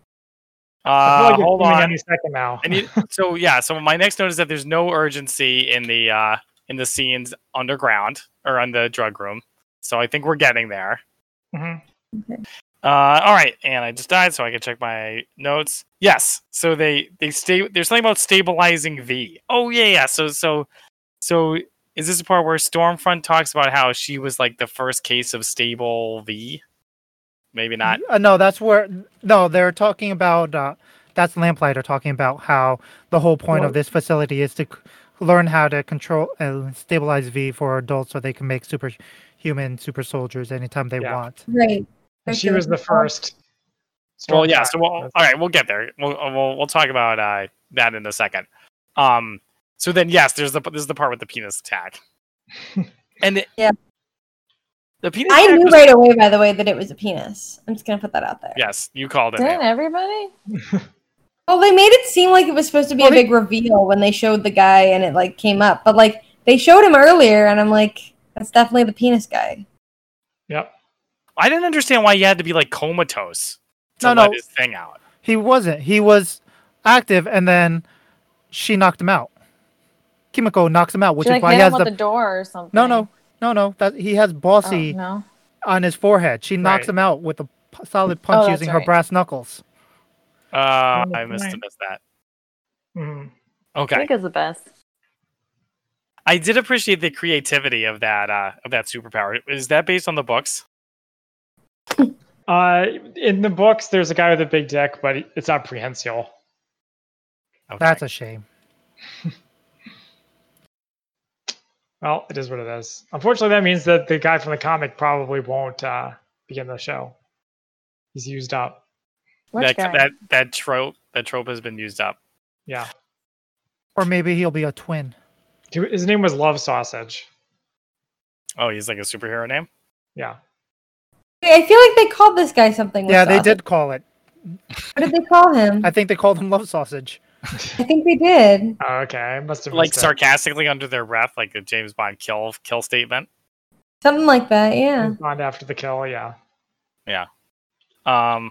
A: I feel
C: Uh,
A: like it's
C: hold
A: coming
C: on.
A: Any second now.
C: I need, so yeah, so my next note is that there's no urgency in the uh, in the scenes underground or on the drug room. So I think we're getting there.
A: Mhm.
C: Uh, all right, and I just died, so I can check my notes. Yes, so they they stay. There's something about stabilizing V. Oh yeah, yeah. So so so is this the part where Stormfront talks about how she was like the first case of stable V? Maybe not.
B: Uh, no, that's where no they're talking about. Uh, that's Lamplighter talking about how the whole point
A: Well-
B: of this facility is to c- learn how to control and stabilize V for adults, so they can make superhuman super soldiers anytime they
A: Yeah.
B: want.
E: Right.
A: She was the first.
C: Well, yeah.
A: Stormfront.
C: So, we'll, all right, we'll get there. We'll uh, we'll, we'll talk about uh, that in a second. Um. So then, yes, there's the this is the part with the penis attack, and it-
E: Yeah.
C: the penis.
E: I
C: attack
E: knew
C: was-
E: right away, by the way, that it was a penis. I'm just gonna put that out there.
C: Yes, you called it.
D: Didn't
C: Naomi.
D: everybody?
E: Well, they made it seem like it was supposed to be
B: Well,
E: a
B: they-
E: big reveal when they showed the guy and it like came up, but like they showed him earlier, and I'm like, that's definitely the penis guy.
A: Yep.
C: I didn't understand why you had to be like comatose to
B: No,
C: let
B: no.
C: his thing out.
B: He wasn't. He was active, and then she knocked him out. Kimiko knocks him out, which
D: she
B: is
D: like
B: why
D: hit
B: he has
D: him
B: the,
D: with the door or something.
B: no, no, no, no. That he has
D: Oh,
B: bossy
D: no. Oh,
B: on his forehead. She knocks
C: Right.
B: him out with a p- solid punch
D: that's
B: using her
D: right.
B: brass knuckles.
C: Uh,
A: Oh,
C: I missed,
A: right.
C: missed that.
A: Mhm.
D: I
C: Okay,
D: think is the best.
C: I did appreciate the creativity of that uh, of that superpower. Is that based on the books?
A: Uh, in the books, there's a guy with a big dick, but it's not prehensile.
C: Okay.
B: That's a shame.
A: Well, it is what it is. Unfortunately, that means that the guy from the comic probably won't uh, be in the show. He's used up.
D: Which
C: that,
D: guy?
C: that that trope that trope has been used up.
A: Yeah.
B: Or maybe he'll be a twin.
A: He- His name was Love Sausage.
C: Oh, he's like a superhero name.
A: Yeah.
E: I feel like they called this guy something. with
B: yeah, they
E: sausage.
B: did call it.
E: What did they call him?
B: I think they called him love sausage.
E: I think they did.
A: Oh, okay. I must have
C: like
A: missed it.
C: sarcastically under their breath, like a James Bond kill kill statement.
E: Something like that, yeah.
A: Respond after the kill. Yeah.
C: Um,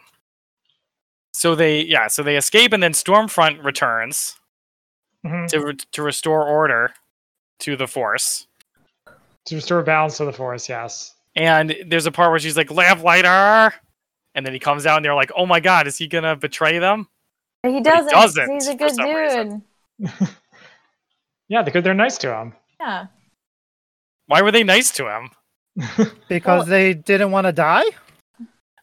C: so they yeah, so they escape, and then Stormfront returns
A: Mhm.
C: to re- to restore order to the Force.
A: To restore balance to the force. Yes.
C: And there's a part where she's like, "Lav lighter," and then he comes out, and they're like, "Oh my God, is he gonna betray them?"
D: But he doesn't. 'cause
C: doesn't,
D: He's a
C: for
D: good
C: some
D: dude.
C: reason.
A: Yeah, because they're nice to him.
D: Yeah.
C: Why were they nice to him?
B: Because
D: Well-
B: they didn't want to die?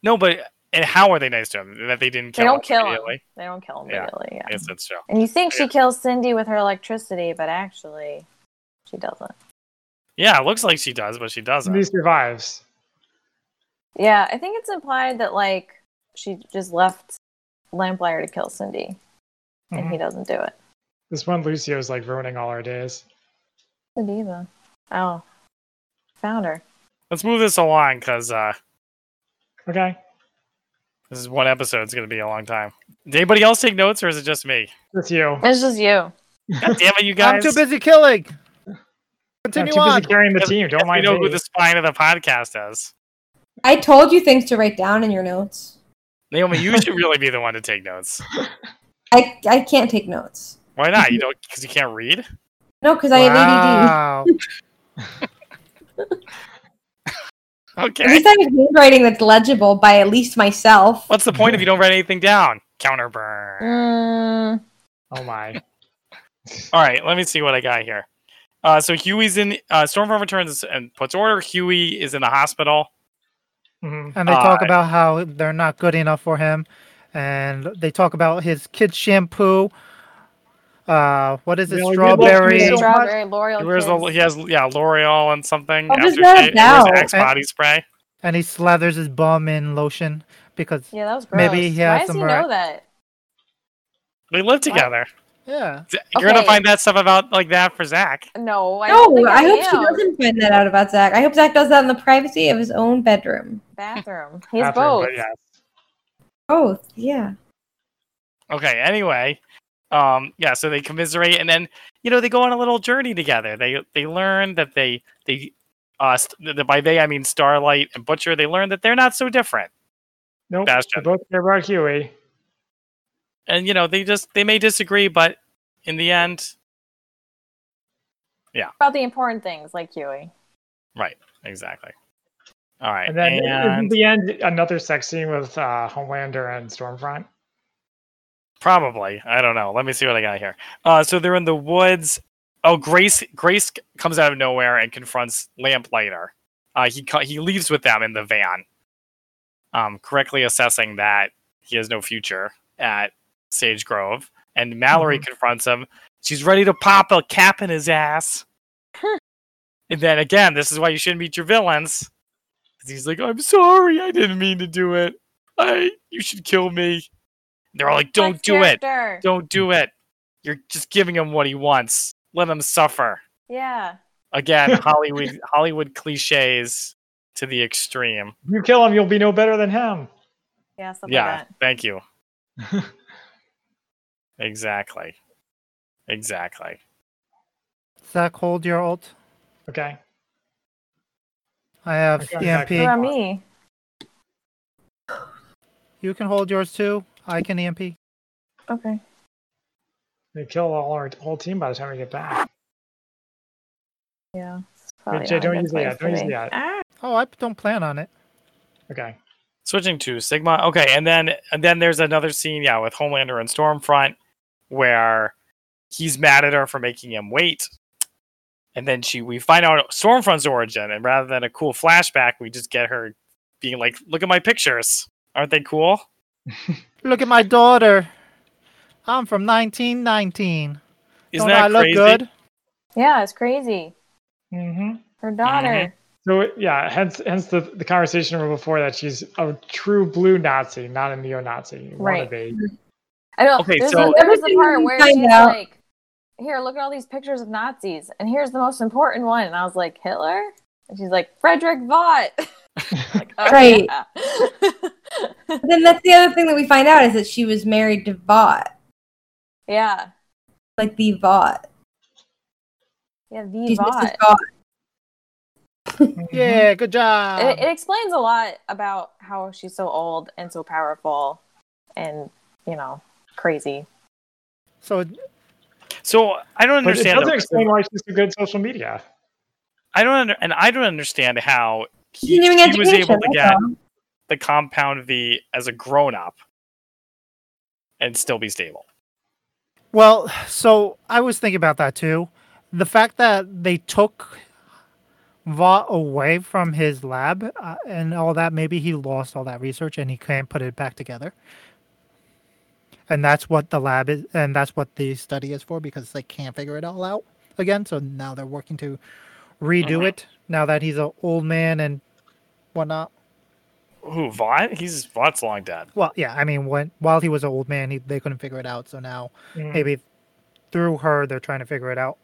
C: No, but and how are they nice to him? That they didn't
D: They
C: kill
D: don't kill him.
C: immediately?
D: They don't kill him
C: Yeah.
D: immediately. Yeah.
C: Yes, that's true.
D: And you think she
C: Yeah.
D: kills Cindy with her electricity, but actually, she doesn't.
C: Yeah, it looks like she does, but she doesn't.
A: Cindy survives.
D: Yeah, I think it's implied that like she just left Lamplighter to kill Cindy, and he doesn't do it.
A: This one Lucio's like ruining all our days.
D: The diva. Oh, found her.
C: Let's move this along because uh,
A: Okay.
C: this is one episode. It's going to be a long time. Did anybody else take notes, or is it just me?
A: That's you.
D: It's just you.
C: God damn it, you
B: I'm
C: guys!
B: too busy killing.
A: I'm
B: Continue
A: too busy
B: on.
A: carrying the team.
C: Yes,
A: Don't
C: we
A: mind
C: know who
A: me.
C: the spine of the podcast is.
E: I told you things to write down in your notes.
C: Naomi, you should really be the one to take notes.
E: I I can't take notes.
C: Why not? You don't because you can't read.
E: No, because I have ADD.
B: Wow.
E: At
C: Okay.
E: least I have handwriting that's legible by at least myself.
C: What's the point if you don't write anything down? Counterburn.
D: Mm,
A: Oh my.
C: All right, let me see what I got here. Uh, so Huey's in uh, Stormfront returns and puts order. Huey is in the hospital.
A: Mhm.
B: And they talk
C: Uh,
B: about how they're not good enough for him. And they talk about his kid's shampoo. Uh, what is it?
A: Yeah, you love me
B: strawberry.
A: so much.
D: strawberry L'Oreal.
C: He wears the,
D: kiss.
C: he has yeah L'Oreal and something.
E: What was
C: after
E: that
C: shave- he wears
E: about?
C: Axe body spray.
B: And he slathers his bum in lotion because,
D: Yeah, that was gross.
B: Maybe he
D: Why
B: has
D: does he
B: some right-
D: know that?
C: They live together.
B: yeah.
C: Z- You're gonna
D: Okay.
C: find that stuff about like that for Zach.
D: No, I don't
E: No,
D: think
E: I hope she
D: am.
E: doesn't find that out about Zach. I hope Zach does that in the privacy of his own bedroom.
D: Bathroom. He's
A: After,
D: both.
A: but yeah.
E: Oh, yeah.
C: Okay. Anyway, um, yeah. So they commiserate, and then you know they go on a little journey together. They they learn that they they uh st- by they I mean Starlight and Butcher. They learn that they're not so different,
A: Nope.
C: Bastion.
A: They both care about Huey.
C: and you know they just they may disagree, but in the end,
D: About the important things like Huey.
C: exactly. All right,
A: And then in
C: and
A: the end, another sex scene with uh, Homelander and Stormfront.
C: Probably. I don't know. Let me see what I got here. Uh, so they're in the woods. Oh, Grace. Grace c- comes out of nowhere and confronts Lamplighter. Uh, he co- he leaves with them in the van. Um, correctly assessing that he has no future at Sage Grove, and Mallory confronts him. She's ready to pop a cap in his ass. and then again, this is why you shouldn't meet your villains. 'Cause He's like, "I'm sorry, I didn't mean to do it. I you should kill me." They're all like, "Don't
D: Flex
C: do it."
D: character.
C: Don't do it. You're just giving him what he wants. Let him suffer.
D: Yeah.
C: Again, Hollywood Hollywood cliches to the extreme.
A: You kill him, you'll be no better than him.
D: Yeah, something
C: yeah,
D: like that.
C: thank you. exactly. Exactly.
B: Zach, hold your alt.
A: Okay.
B: I have E
A: Okay.
D: What
B: EMP.
D: about me?
B: You can hold yours too. I can E EMP.
D: Okay.
A: They kill all our whole team by the time we get back.
D: Yeah. it's probably
A: Jay,
D: not a
A: don't
D: good
A: use the
D: place
A: ad,
D: to
A: don't use
D: be.
A: the ad.
D: Ah,
B: Oh, I don't plan on it.
A: Okay.
C: Switching to Sigma. Okay, and then and then there's another scene, yeah, with Homelander and Stormfront where he's mad at her for making him wait. And then she we find out Stormfront's origin, and rather than a cool flashback, we just get her being like, Look at my pictures. Aren't they cool?
B: Look at my daughter. I'm from 1919.
C: Isn't
B: Don't
C: that
B: I look
C: crazy?
B: good?
D: yeah, it's crazy.
A: Mm-hmm.
D: Her daughter.
A: So yeah, hence hence the, the conversation from before that she's a true blue Nazi, not a neo-Nazi.
D: Right.
A: Wannabe.
D: I don't.
C: Okay,
D: there's
C: so-
D: a, there was the
E: Everything
D: part
E: we
D: where
E: find
D: she's
E: out-
D: like, "Here, look at all these pictures of Nazis, and here's the most important one." And I was like, "Hitler," and she's like, "Frederick Vaught." like, oh,
E: Right.
D: yeah.
E: But then that's the other thing that we find out is that she was married to Vought,
D: yeah,
E: like the Vought.
D: yeah, the
E: She's
D: Vaught.
E: Mrs. Vought.
B: Yeah, good job.
D: It, it explains a lot about how she's so old and so powerful, and you know, crazy.
B: so
C: So I don't
A: But it
C: understand.
A: doesn't
C: the-
A: explain why she's so good at social media.
C: I don't under, and I don't understand how he,
E: Continuing
C: he was
E: education.
C: able to
E: that's
C: get
E: all.
C: the compound V as a grown up and still be stable.
B: Well, so I was thinking about that too. The fact that they took Vought away from his lab uh, and all that, maybe he lost all that research and he can't put it back together. And that's what the lab is, and that's what the study is for because they can't figure it all out again. So now they're working to redo
C: Mhm.
B: it now that he's an old man and whatnot.
C: Who Vaught? He's Vaught's long dead.
B: Well, yeah, I mean, when while he was an old man, he, they couldn't figure it out. So now maybe through her, they're trying to figure it out.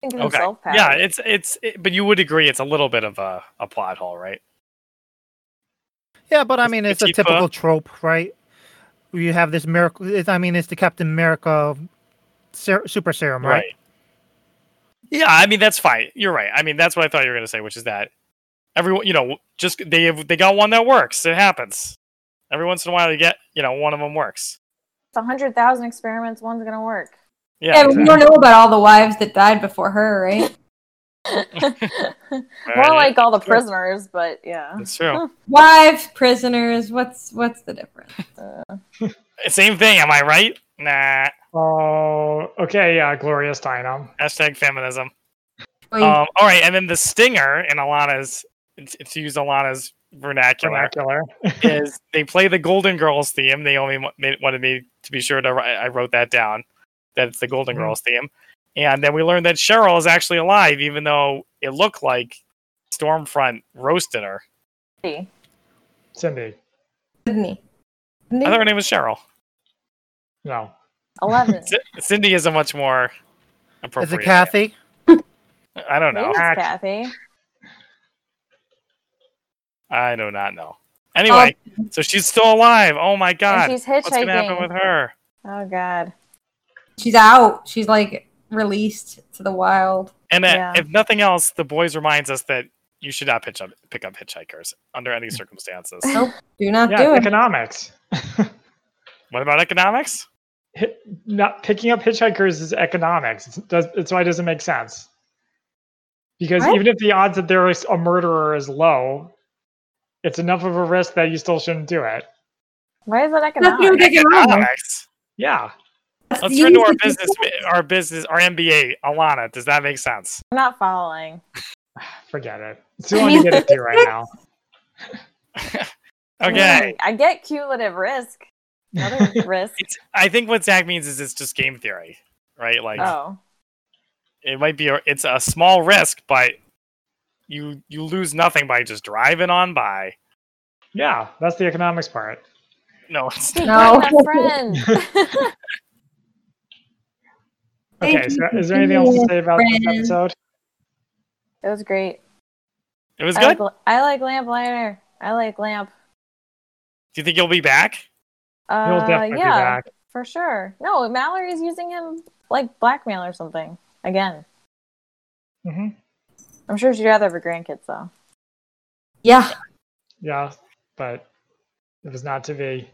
D: Think of
C: Okay.
D: himself, Pat.
C: Yeah, it's it's. It, but you would agree it's a little bit of a, a plot hole, right?
B: Yeah, but I
C: It's
B: mean, it's a
C: Petit
B: typical trope, right? You have this miracle. It's, I mean, it's the Captain America ser- super serum, right?
C: Yeah, I mean that's fine. You're right. I mean that's what I thought you were going to say, which is that everyone, you know, just they have they got one that works. It happens every once in a while. You get you know one of them works.
D: It's 100,000 experiments, one's going to work.
C: Yeah,
E: Yeah, but
C: exactly.
E: we don't know about all the wives that died before her, right?
D: More
C: Right,
D: like all the
C: Sure.
D: prisoners, but yeah.
C: that's true.
E: Wives, prisoners. What's what's the difference?
D: Uh,
C: Same thing. Am I right? Nah.
A: Oh, okay. Yeah, Gloria Steinem.
C: Hashtag feminism.
E: Well,
C: Um,
E: you-
C: all right, and then the stinger in Alana's t- to use Alana's vernacular
A: Vernacular.
C: is they play the Golden Girls theme. They only wa- they wanted me to be sure to wri- I wrote that down that it's the Golden
B: Mhm.
C: Girls theme, and then we learned that Cheryl is actually alive, even though it looked like Stormfront roasted her.
D: see.
A: Cindy.
E: Sydney.
C: I thought her name was Cheryl.
A: No.
D: 11.
C: C- Cindy is a much more
B: Is
C: appropriate.
B: it Kathy?
C: name. I don't
D: Maybe
C: know.
D: it's
A: Act.
D: Kathy.
C: I do not know. Anyway, so she's still alive. Oh my god,
D: Um, and she's
C: what's gonna happen
D: hitchhiking.
C: with her?
D: oh, God.
E: She's out. She's like released to the wild.
C: And uh,
D: Yeah.
C: if nothing else, the boys reminds us that you should not pitch up, pick up hitchhikers under any circumstances.
E: Do not
A: Yeah,
E: do it.
A: economics.
C: what about economics?
A: Hit, not picking up hitchhikers is economics. It's, does, that's why it doesn't make sense. Because
E: What?
A: even if the odds that there is a murderer is low, it's enough of a risk that you still shouldn't do it.
D: Why is that
E: Nothing to do
D: economic?
E: with
A: Ah,
E: economics.
C: Economics.
A: Yeah.
C: Let's
E: You
C: turn to our
E: need to-
C: business, our business, our MBA. Alana, does that make sense?
D: I'm not following.
A: Forget it. It's too long to get into right now.
C: Okay.
D: I get cumulative risk. Another risk.
C: It's, I think what Zach means is it's just game theory, right? Like
D: Oh.
C: it might be, a, it's a small risk, but you you lose nothing by just driving on by.
A: Yeah, that's the economics part.
C: No, it's
D: Take
E: No.
D: back my friend.
A: Okay,
E: Thank
A: so
E: you
A: is there anything else to say about this
E: friend.
A: episode?
D: it was great.
C: it was
D: I like,
C: good. Do
D: I like lamp lighter. I like lamp.
C: you think you'll be back?
D: Uh,
A: He'll definitely
D: yeah,
A: be back.
D: for sure. No, Mallory's using him like blackmail or something again.
A: Mhm.
D: I'm sure she'd rather have her grandkids though.
E: Yeah.
A: Yeah, but it was not to be.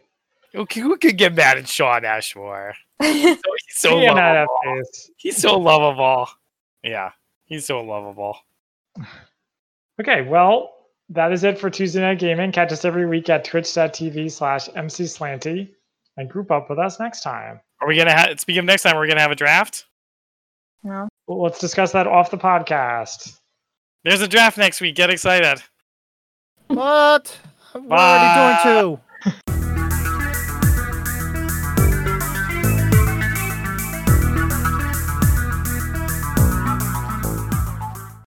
C: Who c- who could get mad at Sean Ashmore?
D: I
C: So- he's so
A: Yeah, not
C: lovable.
A: that face.
C: He's so lovable. Yeah, he's so lovable.
A: Okay, well, that is it for Tuesday Night Gaming. Catch us every week at twitch.tv slash mcslanty and group up with us next time.
C: Are we gonna have? Speaking of next time, we're gonna have a draft.
D: no.
A: Well, let's discuss that off the podcast.
C: There's a draft next week. Get excited.
B: What? We're already doing two.